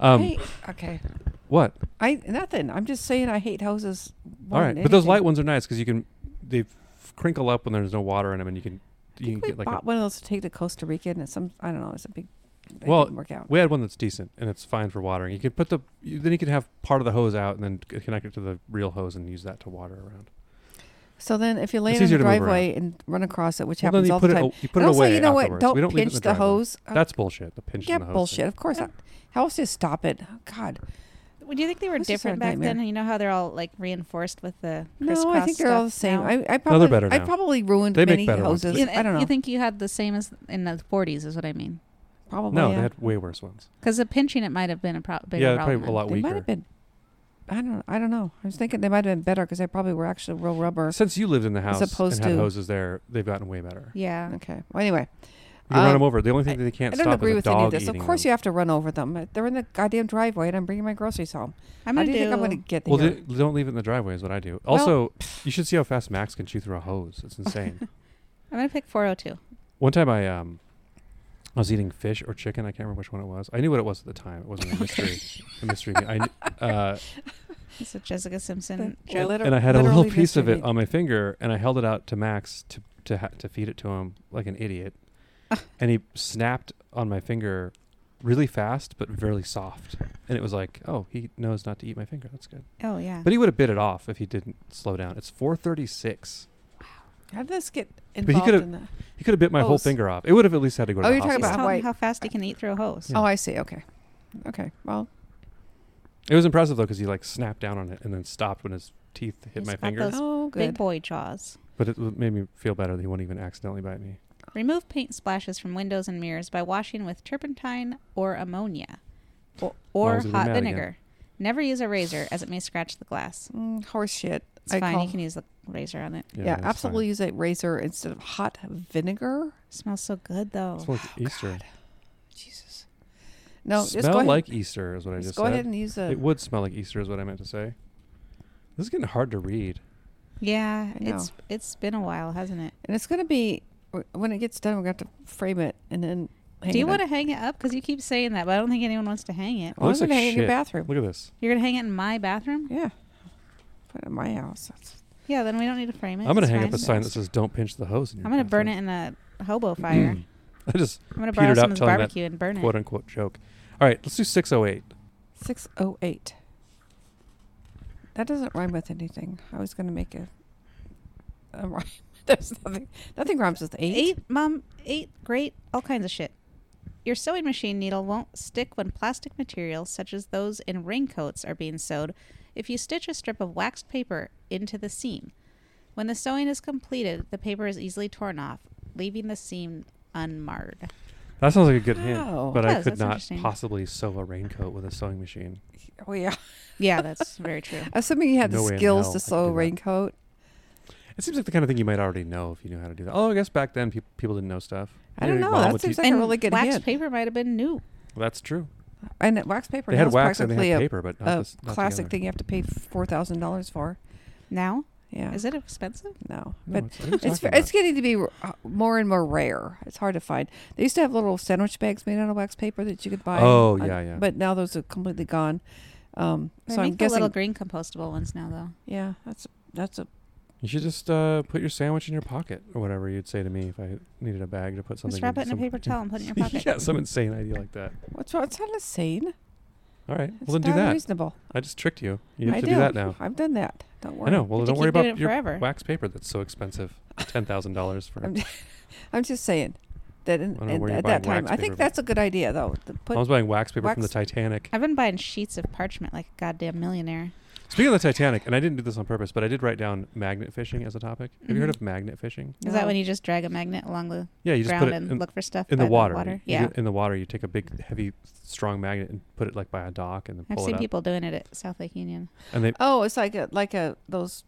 Speaker 2: um,
Speaker 1: Hey, okay.
Speaker 2: what?
Speaker 1: I nothing. I'm just saying I hate hoses. more
Speaker 2: All
Speaker 1: than
Speaker 2: right, but those
Speaker 1: anything.
Speaker 2: light ones are nice because you can they f- crinkle up when there's no water in them, and you can you can
Speaker 1: We
Speaker 2: get like a,
Speaker 1: bought one of those to take to Costa Rica, and it's some I don't know. It's a big. That
Speaker 2: Well,
Speaker 1: didn't work out.
Speaker 2: we had one that's decent and it's fine for watering. You could put the you, then you could have part of the hose out and then c- connect it to the real hose and use that to water around.
Speaker 1: So then, if you lay
Speaker 2: It's
Speaker 1: it in the
Speaker 2: easier to move around.
Speaker 1: driveway and run across it, which
Speaker 2: Well, then
Speaker 1: happens
Speaker 2: you
Speaker 1: all
Speaker 2: put
Speaker 1: the
Speaker 2: it
Speaker 1: time,
Speaker 2: a- you put
Speaker 1: and
Speaker 2: it
Speaker 1: also,
Speaker 2: away
Speaker 1: you know what?
Speaker 2: afterwards.
Speaker 1: Don't
Speaker 2: We don't leave it in
Speaker 1: pinch
Speaker 2: the
Speaker 1: the,
Speaker 2: driveway.
Speaker 1: hose. Uh,
Speaker 2: That's bullshit. The pinch
Speaker 1: yeah,
Speaker 2: in the hose.
Speaker 1: bullshit.
Speaker 2: thing.
Speaker 1: Of course, not. how else do you stop it? Oh, God,
Speaker 4: Well, Do you think they were
Speaker 1: This is our
Speaker 4: different back
Speaker 1: nightmare.
Speaker 4: then? You know how they're all like reinforced with the
Speaker 1: no, I
Speaker 4: crisscross
Speaker 1: think they're all the
Speaker 4: stuff
Speaker 1: same.
Speaker 4: now?
Speaker 1: I, I probably,
Speaker 2: better
Speaker 1: I
Speaker 2: now.
Speaker 1: probably ruined
Speaker 2: They make
Speaker 1: many
Speaker 2: better ones,
Speaker 1: hoses.
Speaker 4: you,
Speaker 1: I don't know.
Speaker 4: You think you had the same as in the 40s is what I mean?
Speaker 1: probably?
Speaker 2: No,
Speaker 1: Oh, yeah.
Speaker 2: they had way worse ones.
Speaker 4: Because the pinching it might have been a pro- bigger
Speaker 2: yeah,
Speaker 4: problem.
Speaker 2: probably a lot
Speaker 1: They might
Speaker 2: weaker.
Speaker 1: have been. I don't. I don't know. I was thinking they might have been better because they probably were actually real rubber.
Speaker 2: Since you lived in the house
Speaker 1: opposed
Speaker 2: and had
Speaker 1: to-
Speaker 2: hoses there, they've gotten way better. You
Speaker 4: Yeah.
Speaker 1: Okay. Well, anyway,
Speaker 2: can run
Speaker 1: Um,
Speaker 2: them over. The only thing that they can't
Speaker 1: I don't
Speaker 2: stop
Speaker 1: agree
Speaker 2: is a
Speaker 1: with
Speaker 2: dog
Speaker 1: any of this. Of
Speaker 2: eating
Speaker 1: course,
Speaker 2: them.
Speaker 1: you have to run over them. They're in the goddamn driveway, and I'm bringing my groceries home.
Speaker 4: I'm
Speaker 1: How
Speaker 4: going
Speaker 1: do
Speaker 4: to
Speaker 1: you
Speaker 4: do.
Speaker 1: think I'm going to get there?
Speaker 2: Well, they, don't leave it in the driveway is what I do.
Speaker 1: Well-
Speaker 2: Also, you should see how fast Max can chew through a hose. It's insane.
Speaker 4: I'm going to pick 402.
Speaker 2: One time I um I was eating fish or chicken. I can't remember which one it was. I knew what it was at the time. It wasn't a mystery. a mystery. meat. I kn- uh,
Speaker 4: It's a Jessica Simpson
Speaker 1: The
Speaker 4: joke.
Speaker 1: liter-
Speaker 2: and I had a little
Speaker 1: literally
Speaker 2: piece of it
Speaker 1: mystery meat.
Speaker 2: on my finger, and I held it out to Max to to ha- to feed it to him like an idiot, and he snapped on my finger really fast but very soft, and it was like, oh, he knows not to eat my finger. That's good.
Speaker 4: Oh, yeah.
Speaker 2: But he would have bit it off if he didn't slow down. It's 4:36.
Speaker 1: How did this get
Speaker 2: he
Speaker 1: involved
Speaker 2: could've-
Speaker 1: in that?
Speaker 2: He could have bit my whole
Speaker 1: Hose.
Speaker 2: finger off. It would have at least had to go to
Speaker 1: Oh,
Speaker 2: the
Speaker 1: you're talking
Speaker 4: She's
Speaker 2: hospital.
Speaker 1: about
Speaker 4: telling
Speaker 1: white-
Speaker 4: how fast he can eat through a hose.
Speaker 2: Yeah.
Speaker 1: Oh, I see. Okay. Okay. Well,
Speaker 2: It was impressive though, because he like snapped down on it and then stopped when his teeth hit
Speaker 4: He's
Speaker 2: my
Speaker 4: got
Speaker 2: fingers.
Speaker 4: Those
Speaker 1: oh,
Speaker 4: Big
Speaker 1: good.
Speaker 4: boy jaws.
Speaker 2: But it w- made me feel better that he wouldn't even accidentally bite me.
Speaker 4: Remove paint splashes from windows and mirrors by washing with turpentine or ammonia or, or
Speaker 2: was gonna be
Speaker 4: hot
Speaker 2: mad again.
Speaker 4: vinegar. Never use a razor as it may scratch the glass.
Speaker 1: Mm, horse shit.
Speaker 4: It's
Speaker 1: I
Speaker 4: fine.
Speaker 1: call-
Speaker 4: You can use the razor on it.
Speaker 1: yeah,
Speaker 2: that's fine.
Speaker 1: absolutely use a razor instead of hot vinegar.
Speaker 4: smells so good,
Speaker 2: It
Speaker 4: though.
Speaker 2: smells like Easter.
Speaker 1: Jesus. Oh, No,
Speaker 2: smell
Speaker 1: just go ahead.
Speaker 2: like Easter is what I
Speaker 1: just
Speaker 2: just
Speaker 1: go
Speaker 2: said.
Speaker 1: ahead and use a.
Speaker 2: it would smell like Easter is what I meant to say. This is getting hard to read.
Speaker 4: Yeah,
Speaker 1: I
Speaker 4: it's it's been a while, hasn't it?
Speaker 1: and it's going to be wh- when it gets done. We're going to have to frame it and then
Speaker 4: Do you want to hang it up? Because you keep saying that, but I don't think anyone wants to hang it.
Speaker 1: Well, I'm
Speaker 2: Looks like
Speaker 1: gonna hang it in your
Speaker 2: shit.
Speaker 1: bathroom.
Speaker 2: Look at this.
Speaker 4: You're gonna hang it in my bathroom?
Speaker 1: Yeah. Put it in my house. That's-
Speaker 4: Yeah, then we don't need to frame it.
Speaker 2: I'm gonna
Speaker 4: It's
Speaker 2: hang up
Speaker 4: fine.
Speaker 2: a sign that says "Don't pinch the hose." In your
Speaker 4: I'm gonna burn
Speaker 2: bathroom."
Speaker 4: it in a hobo fire.
Speaker 2: I just
Speaker 4: I'm gonna
Speaker 2: Petered
Speaker 4: borrow
Speaker 2: out
Speaker 4: someone's
Speaker 2: telling that
Speaker 4: barbecue and burn
Speaker 2: quote
Speaker 4: it.
Speaker 2: unquote joke. All right, let's do 608.
Speaker 1: 608. That doesn't rhyme with anything. I was going to make a, a rhyme. There's nothing. Nothing rhymes with eight.
Speaker 4: Eight, mom, eight, great, all kinds of shit. Your sewing machine needle won't stick when plastic materials, such as those in raincoats, are being sewed if you stitch a strip of waxed paper into the seam. When the sewing is completed, the paper is easily torn off, leaving the seam unmarred.
Speaker 2: That sounds like a good hint,
Speaker 1: Wow.
Speaker 2: but I
Speaker 4: Does,
Speaker 2: could
Speaker 4: Oh, that's
Speaker 2: not
Speaker 4: interesting.
Speaker 2: possibly sew a raincoat with a sewing machine.
Speaker 1: Oh, yeah.
Speaker 4: Yeah, that's very true.
Speaker 1: Assuming you had
Speaker 2: No way
Speaker 1: the
Speaker 2: in
Speaker 1: skills
Speaker 2: hell
Speaker 1: to
Speaker 2: I could
Speaker 1: sew
Speaker 2: do
Speaker 1: a
Speaker 2: that.
Speaker 1: raincoat.
Speaker 2: It seems like the kind of thing you might already know if you knew how to do that. Oh, I guess back then peop people didn't know stuff.
Speaker 1: I
Speaker 2: You
Speaker 1: don't
Speaker 2: your
Speaker 1: know.
Speaker 2: mom
Speaker 1: That
Speaker 2: would
Speaker 1: seems
Speaker 2: teach-
Speaker 1: like a really good
Speaker 4: waxed
Speaker 1: hint.
Speaker 4: paper might have been new.
Speaker 2: that's true.
Speaker 1: And that wax paper
Speaker 2: They
Speaker 1: now
Speaker 2: had
Speaker 1: is
Speaker 2: wax and they
Speaker 1: practically
Speaker 2: had
Speaker 1: a-
Speaker 2: paper, but not
Speaker 1: a,
Speaker 2: this. not
Speaker 1: classic
Speaker 2: together.
Speaker 1: thing you have to pay $4,000 for.
Speaker 4: Now,
Speaker 1: Yeah.
Speaker 4: is it expensive?
Speaker 1: No.
Speaker 2: No,
Speaker 1: but
Speaker 2: it's- I know what you're
Speaker 1: it's,
Speaker 2: talking
Speaker 1: it's
Speaker 2: about.
Speaker 1: getting to be r- uh, more and more rare. It's hard to find. They used to have little sandwich bags made out of wax paper that you could buy.
Speaker 2: Oh,
Speaker 1: on-
Speaker 2: yeah, yeah.
Speaker 1: But now those are completely gone. Um,
Speaker 4: They
Speaker 1: so I'm
Speaker 4: make the
Speaker 1: guessing.
Speaker 4: little green compostable ones now, though.
Speaker 1: yeah, that's that's a
Speaker 2: You should just uh, put your sandwich in your pocket or whatever you'd say to me if I needed a bag to put something.
Speaker 4: Just wrap it in a
Speaker 2: some-
Speaker 4: paper towel and put it in your pocket.
Speaker 2: yeah, some insane idea like that.
Speaker 1: what's wrong? It's not insane.
Speaker 2: All right,
Speaker 1: It's
Speaker 2: well then do
Speaker 1: not
Speaker 2: that.
Speaker 1: Reasonable.
Speaker 2: I just tricked you. You have
Speaker 1: I
Speaker 2: to
Speaker 1: do.
Speaker 2: do that now.
Speaker 1: I've done that. Don't worry.
Speaker 2: I know. Well,
Speaker 4: But you
Speaker 2: don't worry
Speaker 4: keep doing
Speaker 2: about
Speaker 4: it
Speaker 2: your
Speaker 4: forever.
Speaker 2: wax paper that's so expensive. Ten thousand dollars for.
Speaker 1: I'm I'm just saying that in,
Speaker 2: I don't know
Speaker 1: in-
Speaker 2: where you're
Speaker 1: at that
Speaker 2: buying
Speaker 1: time,
Speaker 2: wax
Speaker 1: I
Speaker 2: paper,
Speaker 1: think
Speaker 2: but-
Speaker 1: that's a good idea though. to
Speaker 2: I
Speaker 1: put-
Speaker 2: was buying wax paper from the
Speaker 1: wax-
Speaker 2: Titanic.
Speaker 4: I've been buying sheets of parchment like a goddamn millionaire.
Speaker 2: Speaking of the Titanic, and I didn't do this on purpose, but I did write down magnet fishing as a topic. Have you heard
Speaker 4: Mhm.
Speaker 2: of magnet fishing?
Speaker 4: Is
Speaker 1: No.
Speaker 4: that when you just drag a magnet along the
Speaker 2: Yeah, Oh. you just
Speaker 4: ground
Speaker 2: put it
Speaker 4: and
Speaker 2: in,
Speaker 4: look for stuff
Speaker 2: in
Speaker 4: by
Speaker 2: the water. You- you
Speaker 4: Yeah,
Speaker 2: do- in the water, you take a big, heavy, strong magnet and put it like by a dock, and then
Speaker 4: I've
Speaker 2: pull
Speaker 4: seen
Speaker 2: it up.
Speaker 4: people doing it at South Lake Union.
Speaker 2: And they
Speaker 1: Oh, it's like a like a those.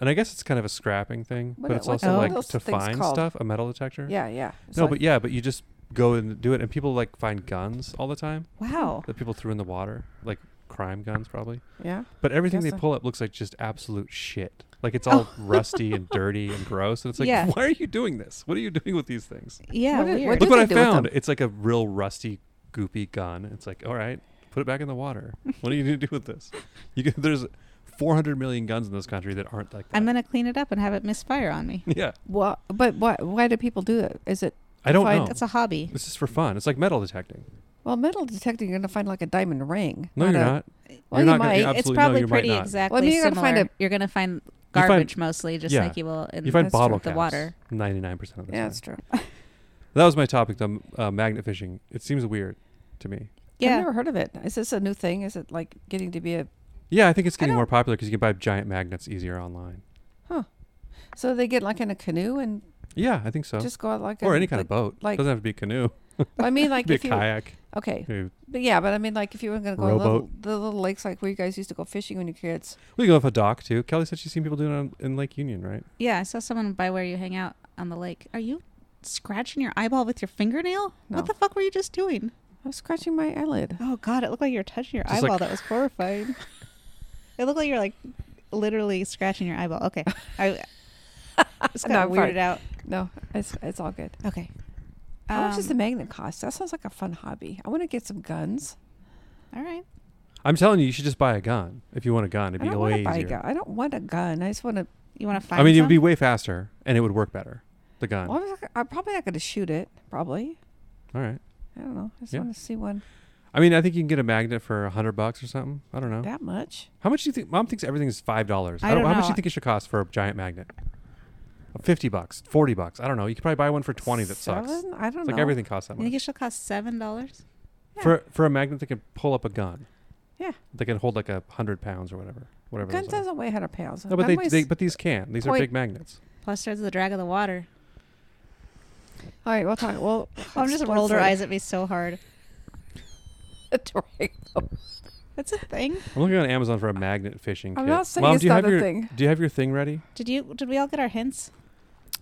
Speaker 2: and I guess it's kind of a scrapping thing,
Speaker 1: What
Speaker 2: but
Speaker 1: are-
Speaker 2: it's
Speaker 1: what's
Speaker 2: also
Speaker 4: the-
Speaker 2: like
Speaker 1: those
Speaker 2: to
Speaker 1: things
Speaker 2: find
Speaker 1: called?
Speaker 2: stuff, a metal detector.
Speaker 1: Yeah, yeah. It's
Speaker 2: No,
Speaker 1: like-
Speaker 2: but yeah, but you just go and do it, and people like find guns all the time
Speaker 4: Wow,
Speaker 2: that people threw in the water, like crime guns probably.
Speaker 1: yeah.
Speaker 2: But everything
Speaker 1: Guess
Speaker 2: they
Speaker 1: so.
Speaker 2: pull up looks like just absolute shit. Like it's all rusty and dirty and gross, and it's like,
Speaker 4: Yeah.
Speaker 2: why are you doing this? What are you doing with these things?
Speaker 4: yeah,
Speaker 1: What did-
Speaker 4: weird.
Speaker 1: what
Speaker 2: Look
Speaker 1: do
Speaker 2: what
Speaker 1: they
Speaker 2: I
Speaker 1: do with
Speaker 2: found.
Speaker 1: them?
Speaker 2: It's like a real rusty, goopy gun. It's like, all right, put it back in the water. What are you going to do with this? You can, there's 400 million guns in this country that aren't like that.
Speaker 4: I'm gonna clean it up and have it misfire on me.
Speaker 2: yeah,
Speaker 1: Well, but why why do people do that? Is it
Speaker 2: I don't
Speaker 1: Fine,
Speaker 2: know.
Speaker 4: That's a hobby.
Speaker 2: It's just for fun. It's like metal detecting.
Speaker 1: well metal detecting? You're gonna find like a diamond ring.
Speaker 2: No, you're
Speaker 1: a-
Speaker 2: not.
Speaker 1: Well,
Speaker 2: you're
Speaker 1: you
Speaker 2: not gonna-
Speaker 1: might.
Speaker 2: you're
Speaker 4: it's
Speaker 2: absolutely- no,
Speaker 4: probably
Speaker 2: you might
Speaker 4: pretty
Speaker 2: not.
Speaker 4: exactly
Speaker 1: Well, I mean,
Speaker 4: similar.
Speaker 1: you're gonna find a-
Speaker 4: you're gonna find
Speaker 2: find-
Speaker 4: garbage mostly, just
Speaker 2: yeah.
Speaker 4: like you will in
Speaker 2: You find
Speaker 1: That's true.
Speaker 2: bottle
Speaker 4: the
Speaker 2: caps.
Speaker 4: water.
Speaker 2: 99% of the
Speaker 1: yeah,
Speaker 2: time.
Speaker 1: that's true.
Speaker 2: That was my topic, the uh, magnet fishing. It seems weird to me.
Speaker 1: I've
Speaker 4: Yeah,
Speaker 1: never heard of it. Is this a new thing? Is it like getting to be a
Speaker 2: Yeah, I think it's getting
Speaker 1: don't-
Speaker 2: more popular because you can buy giant magnets easier online.
Speaker 1: so they get like in a canoe and
Speaker 2: Yeah, I think so.
Speaker 1: just go out like
Speaker 2: or
Speaker 1: a,
Speaker 2: any kind
Speaker 1: like,
Speaker 2: of boat.
Speaker 1: like-
Speaker 2: Doesn't have to be a canoe.
Speaker 1: I mean, like
Speaker 2: be a
Speaker 1: if you
Speaker 2: kayak.
Speaker 1: okay,
Speaker 2: Maybe-
Speaker 1: but yeah, but I mean, like if you were gonna go little,
Speaker 2: Rowboat.
Speaker 1: the little lakes like where you guys used to go fishing when you were kids.
Speaker 2: We can go off a dock too. Kelly said she's seen people doing it on, in Lake Union, right?
Speaker 4: yeah. I saw someone by where you hang out on the lake. Are you scratching your eyeball with your fingernail?
Speaker 1: No.
Speaker 4: What the fuck were you just doing?
Speaker 1: I was scratching my eyelid.
Speaker 4: Oh god, it looked like you were touching your
Speaker 2: Just
Speaker 4: eyeball.
Speaker 2: like-
Speaker 4: that was horrifying. it looked like you were like literally scratching your eyeball. Okay, I just
Speaker 1: No,
Speaker 4: got
Speaker 1: I'm
Speaker 4: weirded
Speaker 1: fine.
Speaker 4: out.
Speaker 1: No, it's it's all good.
Speaker 4: Okay,
Speaker 1: How much does the
Speaker 4: Um,
Speaker 1: magnet cost? That sounds like a fun hobby. I want to get some guns.
Speaker 4: all right?
Speaker 2: I'm telling you, you should just buy a gun if you want a gun. It'd
Speaker 1: I
Speaker 2: be
Speaker 1: don't
Speaker 2: way
Speaker 1: want to
Speaker 2: easier.
Speaker 1: buy a gun. I don't want a gun. I just want to.
Speaker 4: You want to find?
Speaker 2: I mean, it would
Speaker 4: some?
Speaker 2: be way faster and it would work better. The gun.
Speaker 1: Well, I'm, not gonna- I'm probably not going to shoot it. Probably.
Speaker 2: All right.
Speaker 1: I don't know. I just
Speaker 2: Yeah.
Speaker 1: want to see one
Speaker 2: I mean, I think you can get a magnet for a hundred bucks or something. I don't know.
Speaker 1: that much.
Speaker 2: How much do you think? Mom thinks everything is five dollars.
Speaker 4: I
Speaker 2: How,
Speaker 4: don't
Speaker 2: how much do
Speaker 4: know.
Speaker 2: you think it should cost for a giant magnet? Fifty bucks, forty bucks. I don't know. You could probably buy one for twenty that sucks.
Speaker 1: Seven?
Speaker 2: It's
Speaker 1: I don't know.
Speaker 2: like everything costs that
Speaker 4: You think
Speaker 2: much
Speaker 4: it should cost seven dollars?
Speaker 2: for for a magnet that can pull up a gun.
Speaker 1: Yeah.
Speaker 2: They can hold like a hundred pounds or whatever. Whatever.
Speaker 1: Gun
Speaker 2: those are.
Speaker 1: doesn't weigh 100 pounds.
Speaker 2: No, but
Speaker 1: Gun
Speaker 2: they,
Speaker 1: weighs-
Speaker 2: they but these can. These are
Speaker 1: point-
Speaker 2: big magnets.
Speaker 4: Plus, there's the drag of the water.
Speaker 1: All right, we'll talk. Well,
Speaker 4: Mom Oh, just rolled her eyes at me so hard. That's a thing.
Speaker 2: I'm looking on Amazon for a magnet fishing
Speaker 1: I'm
Speaker 2: kit.
Speaker 1: not saying
Speaker 2: Mom,
Speaker 1: it's
Speaker 2: do you
Speaker 1: not
Speaker 2: have
Speaker 1: a
Speaker 2: your
Speaker 1: thing.
Speaker 2: do you have your thing ready?
Speaker 4: Did you? Did we all get our hints?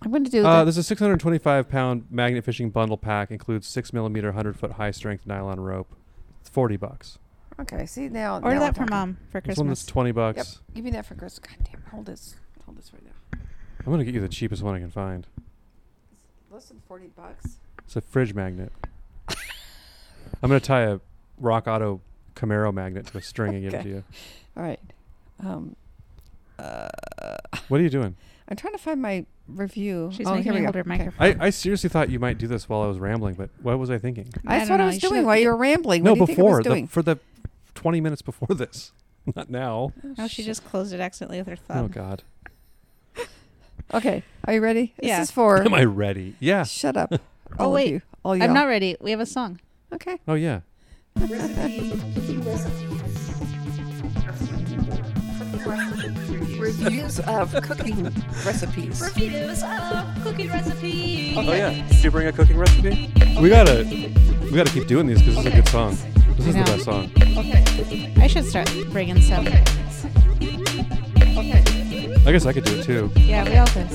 Speaker 1: I'm going to do
Speaker 2: Uh,
Speaker 1: the-
Speaker 2: there's a 625 pound magnet fishing bundle pack. Includes six millimeter, hundred foot high strength nylon rope. It's forty bucks.
Speaker 1: Okay, see now.
Speaker 4: Order
Speaker 1: now
Speaker 4: that
Speaker 1: we're
Speaker 4: for
Speaker 1: talking.
Speaker 4: mom for
Speaker 2: This one that's
Speaker 4: Christmas.
Speaker 2: twenty bucks.
Speaker 1: Yep. Give me that for Chris. God damn, hold this. Hold this right now.
Speaker 2: I'm gonna get you the cheapest one I can find.
Speaker 1: Less than 40 bucks.
Speaker 2: It's a fridge magnet. I'm gonna tie a Rock Auto Camaro magnet to a string and give it to
Speaker 1: Okay.
Speaker 2: you.
Speaker 1: All right. Um,
Speaker 2: What are you doing?
Speaker 1: I'm trying to find my review.
Speaker 4: She's
Speaker 1: oh,
Speaker 4: making
Speaker 1: here
Speaker 4: me
Speaker 1: we
Speaker 4: hold
Speaker 1: go.
Speaker 4: her
Speaker 1: Okay.
Speaker 4: microphone.
Speaker 2: I, I seriously thought you might do this while I was rambling, but what was I thinking?
Speaker 4: I
Speaker 1: That's
Speaker 4: don't
Speaker 1: what
Speaker 4: know,
Speaker 1: I was
Speaker 4: you should
Speaker 1: doing
Speaker 4: have-
Speaker 1: while you were rambling.
Speaker 2: no,
Speaker 1: what do you
Speaker 2: before
Speaker 1: think I was
Speaker 2: the,
Speaker 1: doing?
Speaker 2: for the 20 minutes before this, not now.
Speaker 1: Uh,
Speaker 4: Oh, she just closed it accidentally with her
Speaker 2: Oh
Speaker 4: thumb.
Speaker 2: God,
Speaker 1: Okay. Are you ready?
Speaker 4: Yeah.
Speaker 1: This is for.
Speaker 2: am I ready? Yeah.
Speaker 1: Shut up.
Speaker 4: Oh,
Speaker 1: all of
Speaker 4: wait.
Speaker 1: you. All y'all.
Speaker 4: I'm not ready. We have a song.
Speaker 1: Okay.
Speaker 2: Oh yeah.
Speaker 6: Reviews of cooking recipes.
Speaker 7: Reviews of cooking recipes.
Speaker 2: Oh yeah. Did you bring a cooking recipe? We gotta we gotta keep doing these because this is a good song. This is the
Speaker 4: Yeah.
Speaker 2: best song.
Speaker 4: I should start bringing some.
Speaker 2: I guess I could do it too.
Speaker 4: Yeah, we all can.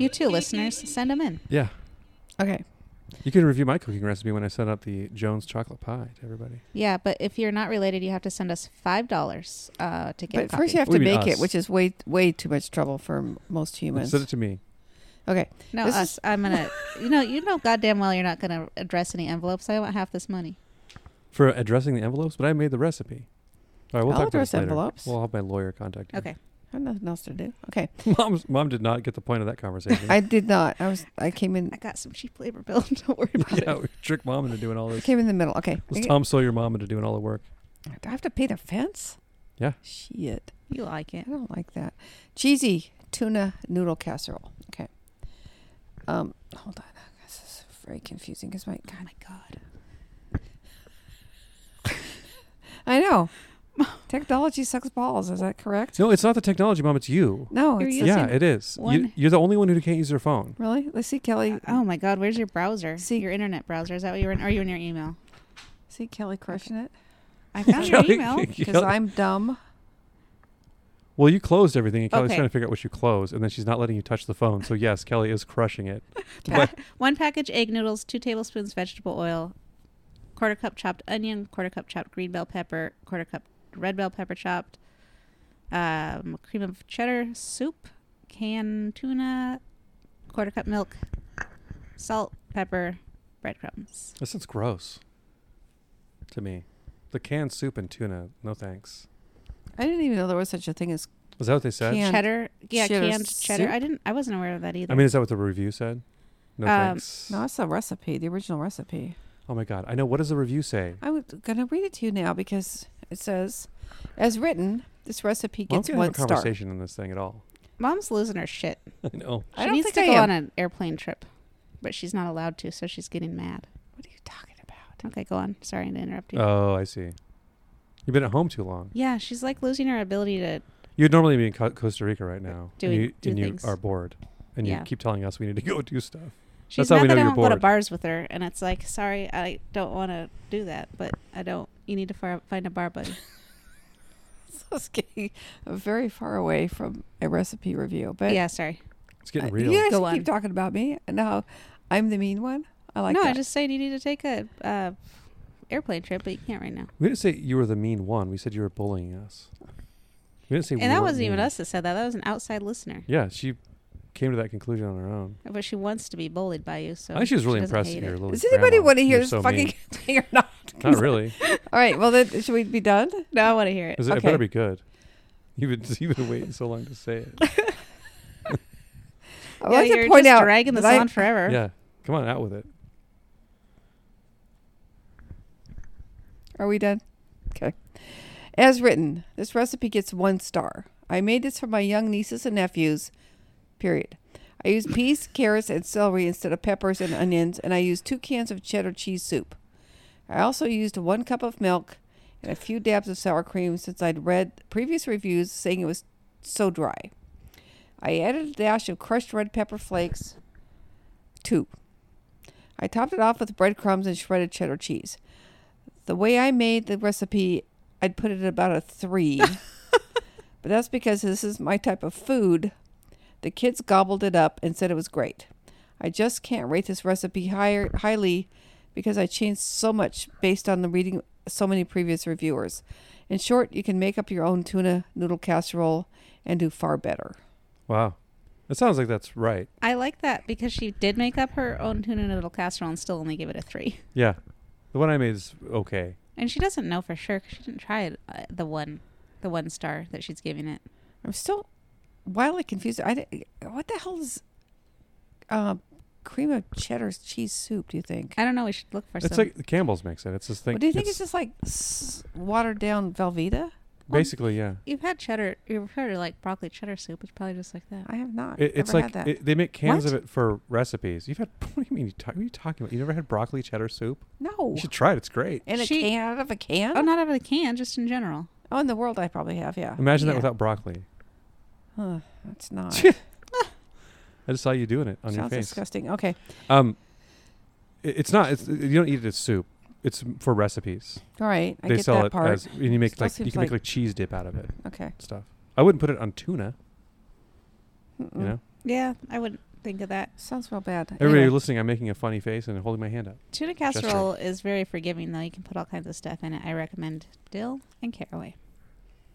Speaker 4: You too, listeners. Send them in.
Speaker 2: Yeah.
Speaker 1: Okay.
Speaker 2: You can review my cooking recipe when I set up the Jones chocolate pie to everybody.
Speaker 4: Yeah, but if you're not related, you have to send us five dollars uh, to get.
Speaker 1: But
Speaker 4: a copy.
Speaker 1: first you have
Speaker 2: What
Speaker 1: to
Speaker 2: do you mean
Speaker 1: make it,
Speaker 2: us?
Speaker 1: which is way way too much trouble for m- most humans.
Speaker 2: Send it to me.
Speaker 1: Okay.
Speaker 4: no
Speaker 1: this
Speaker 4: us.
Speaker 1: is-
Speaker 4: I'm gonna. You know, you know, goddamn well, you're not gonna address any envelopes. I want half this money.
Speaker 2: for addressing the envelopes, but I made the recipe. All right, we'll
Speaker 1: I'll
Speaker 2: talk about
Speaker 1: address
Speaker 2: this later.
Speaker 1: envelopes.
Speaker 2: We'll have my lawyer contact you.
Speaker 4: Okay.
Speaker 1: I have nothing else to do. Okay.
Speaker 2: Mom's, mom did not get the point of that conversation.
Speaker 1: I did not. I was. I came in.
Speaker 4: I got some cheap labor bill. Don't worry about
Speaker 2: yeah,
Speaker 4: it.
Speaker 2: we tricked mom into doing all
Speaker 1: I
Speaker 2: this.
Speaker 1: came in the middle. Okay.
Speaker 2: Let's
Speaker 1: Okay.
Speaker 2: Tom Sawyer mom into doing all the work.
Speaker 1: Do I have to pay the fence?
Speaker 2: Yeah.
Speaker 1: Shit.
Speaker 4: You like it?
Speaker 1: I don't like that. Cheesy tuna noodle casserole. Okay. Um. Hold on. This is very confusing because my
Speaker 4: Oh
Speaker 1: God.
Speaker 4: my god.
Speaker 1: I know. Technology sucks balls. Is that correct?
Speaker 2: No, it's not the technology, mom. It's you.
Speaker 1: No.
Speaker 4: You're
Speaker 1: It's
Speaker 4: using-
Speaker 2: Yeah, it is. You,
Speaker 4: one-
Speaker 2: you're the only one who can't use your phone.
Speaker 1: really. Let's see, Kelly.
Speaker 4: Oh my god. Where's your browser?
Speaker 1: See-
Speaker 4: your internet browser. Is that what you're in? Are you in your email?
Speaker 1: See Kelly crushing it
Speaker 4: I found your email.
Speaker 1: because I'm dumb.
Speaker 2: well, you closed everything, and Kelly's
Speaker 4: Okay.
Speaker 2: trying to figure out what you closed, and then she's not letting you touch the phone. So yes, Kelly is crushing it.
Speaker 4: Pa- one package egg noodles, two tablespoons vegetable oil, quarter cup chopped onion, quarter cup chopped green bell pepper, quarter cup red bell pepper chopped, um, cream of cheddar soup, canned tuna, quarter cup milk, salt, pepper, breadcrumbs.
Speaker 2: This is gross. To me, the canned soup and tuna. No thanks.
Speaker 1: I didn't even know there was such a thing as
Speaker 2: Is that what they said?
Speaker 1: Canned
Speaker 4: cheddar, yeah,
Speaker 1: cheddar
Speaker 4: canned cheddar.
Speaker 1: soup?
Speaker 4: I didn't. I wasn't aware of that either.
Speaker 2: I mean, is that what the review said? No
Speaker 4: Um,
Speaker 2: thanks.
Speaker 1: No, that's the recipe, the original recipe.
Speaker 2: Oh my god! I know. What does the review say?
Speaker 1: I'm going to read it to you now because it says, as written, this recipe
Speaker 2: Well, I'm
Speaker 1: gets
Speaker 2: gonna
Speaker 1: one
Speaker 2: have a
Speaker 1: star.
Speaker 2: conversation in this thing at all.
Speaker 4: Mom's losing her shit.
Speaker 2: I know.
Speaker 1: I
Speaker 4: she
Speaker 1: don't
Speaker 4: needs
Speaker 1: think
Speaker 4: to
Speaker 1: I
Speaker 4: go
Speaker 1: am.
Speaker 4: on an airplane trip, but she's not allowed to, so she's getting mad.
Speaker 1: What are you talking about?
Speaker 4: Okay, go on. Sorry to interrupt you.
Speaker 2: Oh, I see. You've been at home too long.
Speaker 4: Yeah, she's like losing her ability to.
Speaker 2: You'd normally be in Co- Costa Rica right now,
Speaker 4: Doing-
Speaker 2: and you,
Speaker 4: do
Speaker 2: and you
Speaker 4: things.
Speaker 2: are bored, and
Speaker 4: Yeah.
Speaker 2: you keep telling us we need to go do stuff.
Speaker 4: She's
Speaker 2: how
Speaker 4: mad
Speaker 2: we know
Speaker 4: that I
Speaker 2: you're
Speaker 4: don't go to
Speaker 2: bored.
Speaker 4: bars with her, and it's like, sorry, I don't want to do that, but I don't. You need to far, find a bar buddy.
Speaker 1: So it's getting very far away from a recipe review. But
Speaker 4: yeah, sorry.
Speaker 2: It's getting
Speaker 4: Uh,
Speaker 1: I-
Speaker 2: real.
Speaker 1: you guys
Speaker 4: Go
Speaker 1: keep
Speaker 4: on.
Speaker 1: talking about me. and Now I'm the mean one. I like
Speaker 4: no,
Speaker 1: that.
Speaker 4: I just said you need to take a uh, airplane trip, but you can't right now.
Speaker 2: We didn't say you were the mean one. We said you were bullying us. We didn't say. we
Speaker 4: And that
Speaker 2: weren't
Speaker 4: wasn't even
Speaker 2: mean.
Speaker 4: us that said that. That was an outside listener.
Speaker 2: Yeah, she came to that conclusion on her own.
Speaker 4: But she wants to be bullied by you, so
Speaker 2: I think she was really
Speaker 4: doesn't
Speaker 2: impressed
Speaker 4: hate
Speaker 2: that you're a
Speaker 4: it.
Speaker 2: little.
Speaker 1: Does anybody
Speaker 2: grandma.
Speaker 1: want to hear
Speaker 2: You're
Speaker 1: this
Speaker 2: so
Speaker 1: fucking
Speaker 2: mean.
Speaker 1: thing or not?
Speaker 2: Not really.
Speaker 1: All right. Well, then should we be done?
Speaker 4: No, I want to hear it.
Speaker 2: Is it, it
Speaker 1: Okay.
Speaker 2: better be good. You've been, you've been waiting so long to say it.
Speaker 1: I'd
Speaker 4: yeah,
Speaker 1: like
Speaker 4: you're
Speaker 1: to point
Speaker 4: just
Speaker 1: out
Speaker 4: dragging
Speaker 1: that
Speaker 4: this
Speaker 1: I-
Speaker 4: on forever.
Speaker 2: yeah, come on out with it.
Speaker 1: Are we done? Okay. As written, this recipe gets one star. I made this for my young nieces and nephews. Period. I use peas, carrots, and celery instead of peppers and onions, and I used two cans of cheddar cheese soup. I also used one cup of milk and a few dabs of sour cream since I'd read previous reviews saying it was so dry. I added a dash of crushed red pepper flakes, two. I topped it off with breadcrumbs and shredded cheddar cheese. The way I made the recipe, I'd put it at about a three. but that's because this is my type of food. The kids gobbled it up and said it was great. I just can't rate this recipe higher highly because I changed so much based on the reading so many previous reviewers. In short, you can make up your own tuna noodle casserole and do far better.
Speaker 2: Wow. It sounds like that's right.
Speaker 4: I like that because she did make up her own tuna noodle casserole and still only gave it a three.
Speaker 2: Yeah, the one I made is okay.
Speaker 4: And she doesn't know for sure 'cause she didn't try it, uh, the one, the one star that she's giving it.
Speaker 1: I'm still wildly confused. I di- what the hell is uh, cream of cheddar cheese soup? Do you think?
Speaker 4: I don't know. We should look for
Speaker 2: It's
Speaker 4: some.
Speaker 2: like Campbell's makes it. It's this thing.
Speaker 1: Well, do you think it's, just like s- watered down Velveeta?
Speaker 2: basically yeah?
Speaker 4: You've had cheddar. You've heard like broccoli cheddar soup. It's probably just like that.
Speaker 1: I have not.
Speaker 2: It, it's
Speaker 1: ever
Speaker 2: like
Speaker 1: had that.
Speaker 2: it, they make cans
Speaker 1: What?
Speaker 2: of it for recipes. You've had what do you mean? You talk, what are you talking about? You never had broccoli cheddar soup?
Speaker 1: no.
Speaker 2: You should try it. It's great.
Speaker 1: In a
Speaker 4: She-
Speaker 1: can out of a can?
Speaker 4: Oh, not out of the can, just in general.
Speaker 1: Oh, in the world, I probably have. Yeah.
Speaker 2: Imagine that
Speaker 4: yeah.
Speaker 2: without broccoli.
Speaker 1: Huh, that's not.
Speaker 2: I just saw you doing it on your
Speaker 1: sounds
Speaker 2: face.
Speaker 1: disgusting. Okay.
Speaker 2: Um, it, it's not. It's you don't eat it as soup. It's m- for recipes.
Speaker 1: All right. I
Speaker 2: they
Speaker 1: get
Speaker 2: sell
Speaker 1: that
Speaker 2: it
Speaker 1: part.
Speaker 2: as and you make
Speaker 1: Still
Speaker 2: like you
Speaker 1: seems
Speaker 2: can make
Speaker 1: like-
Speaker 2: like cheese dip out of it and
Speaker 1: okay.
Speaker 2: stuff. I wouldn't put it on tuna.
Speaker 1: Mm-mm. Mm.
Speaker 2: You know,
Speaker 4: Yeah, I wouldn't think of that.
Speaker 1: Sounds real bad.
Speaker 2: everybody
Speaker 1: Anyway,
Speaker 2: listening, I'm making a funny face and holding my hand up.
Speaker 4: Tuna casserole is very forgiving though. You can put all kinds of stuff in it. I recommend dill and caraway.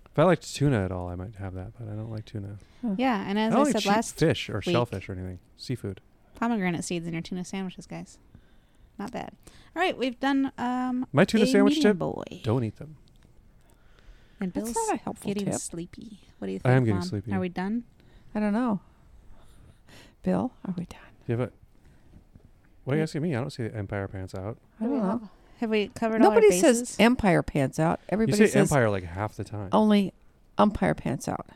Speaker 2: If I liked tuna at all, I might have that, but I don't like tuna.
Speaker 4: Yeah, and as
Speaker 2: I don't
Speaker 4: I,
Speaker 2: like
Speaker 4: said
Speaker 2: Oh, cheap
Speaker 4: last,
Speaker 2: fish or
Speaker 4: week-
Speaker 2: shellfish or anything. Seafood.
Speaker 4: pomegranate seeds in your tuna sandwiches, guys. Not bad. All right, we've done um
Speaker 2: My tuna
Speaker 4: a
Speaker 2: sandwich
Speaker 4: medium
Speaker 2: tip.
Speaker 4: boy.
Speaker 2: Don't eat them.
Speaker 4: And
Speaker 1: That's
Speaker 4: Bill's
Speaker 1: not a helpful
Speaker 4: getting
Speaker 1: tip.
Speaker 4: sleepy. What do you
Speaker 2: I
Speaker 4: think?
Speaker 2: am getting
Speaker 4: Mom?
Speaker 2: sleepy.
Speaker 4: Are we done?
Speaker 1: I don't know. Bill, are we done?
Speaker 2: You have a. What are you asking me? I don't see the empire pants out.
Speaker 1: I don't know.
Speaker 4: Have we covered all our
Speaker 1: Nobody
Speaker 4: bases?
Speaker 1: says empire pants out. Everybody
Speaker 2: you say
Speaker 1: says
Speaker 2: empire like half the time.
Speaker 1: only umpire pants out.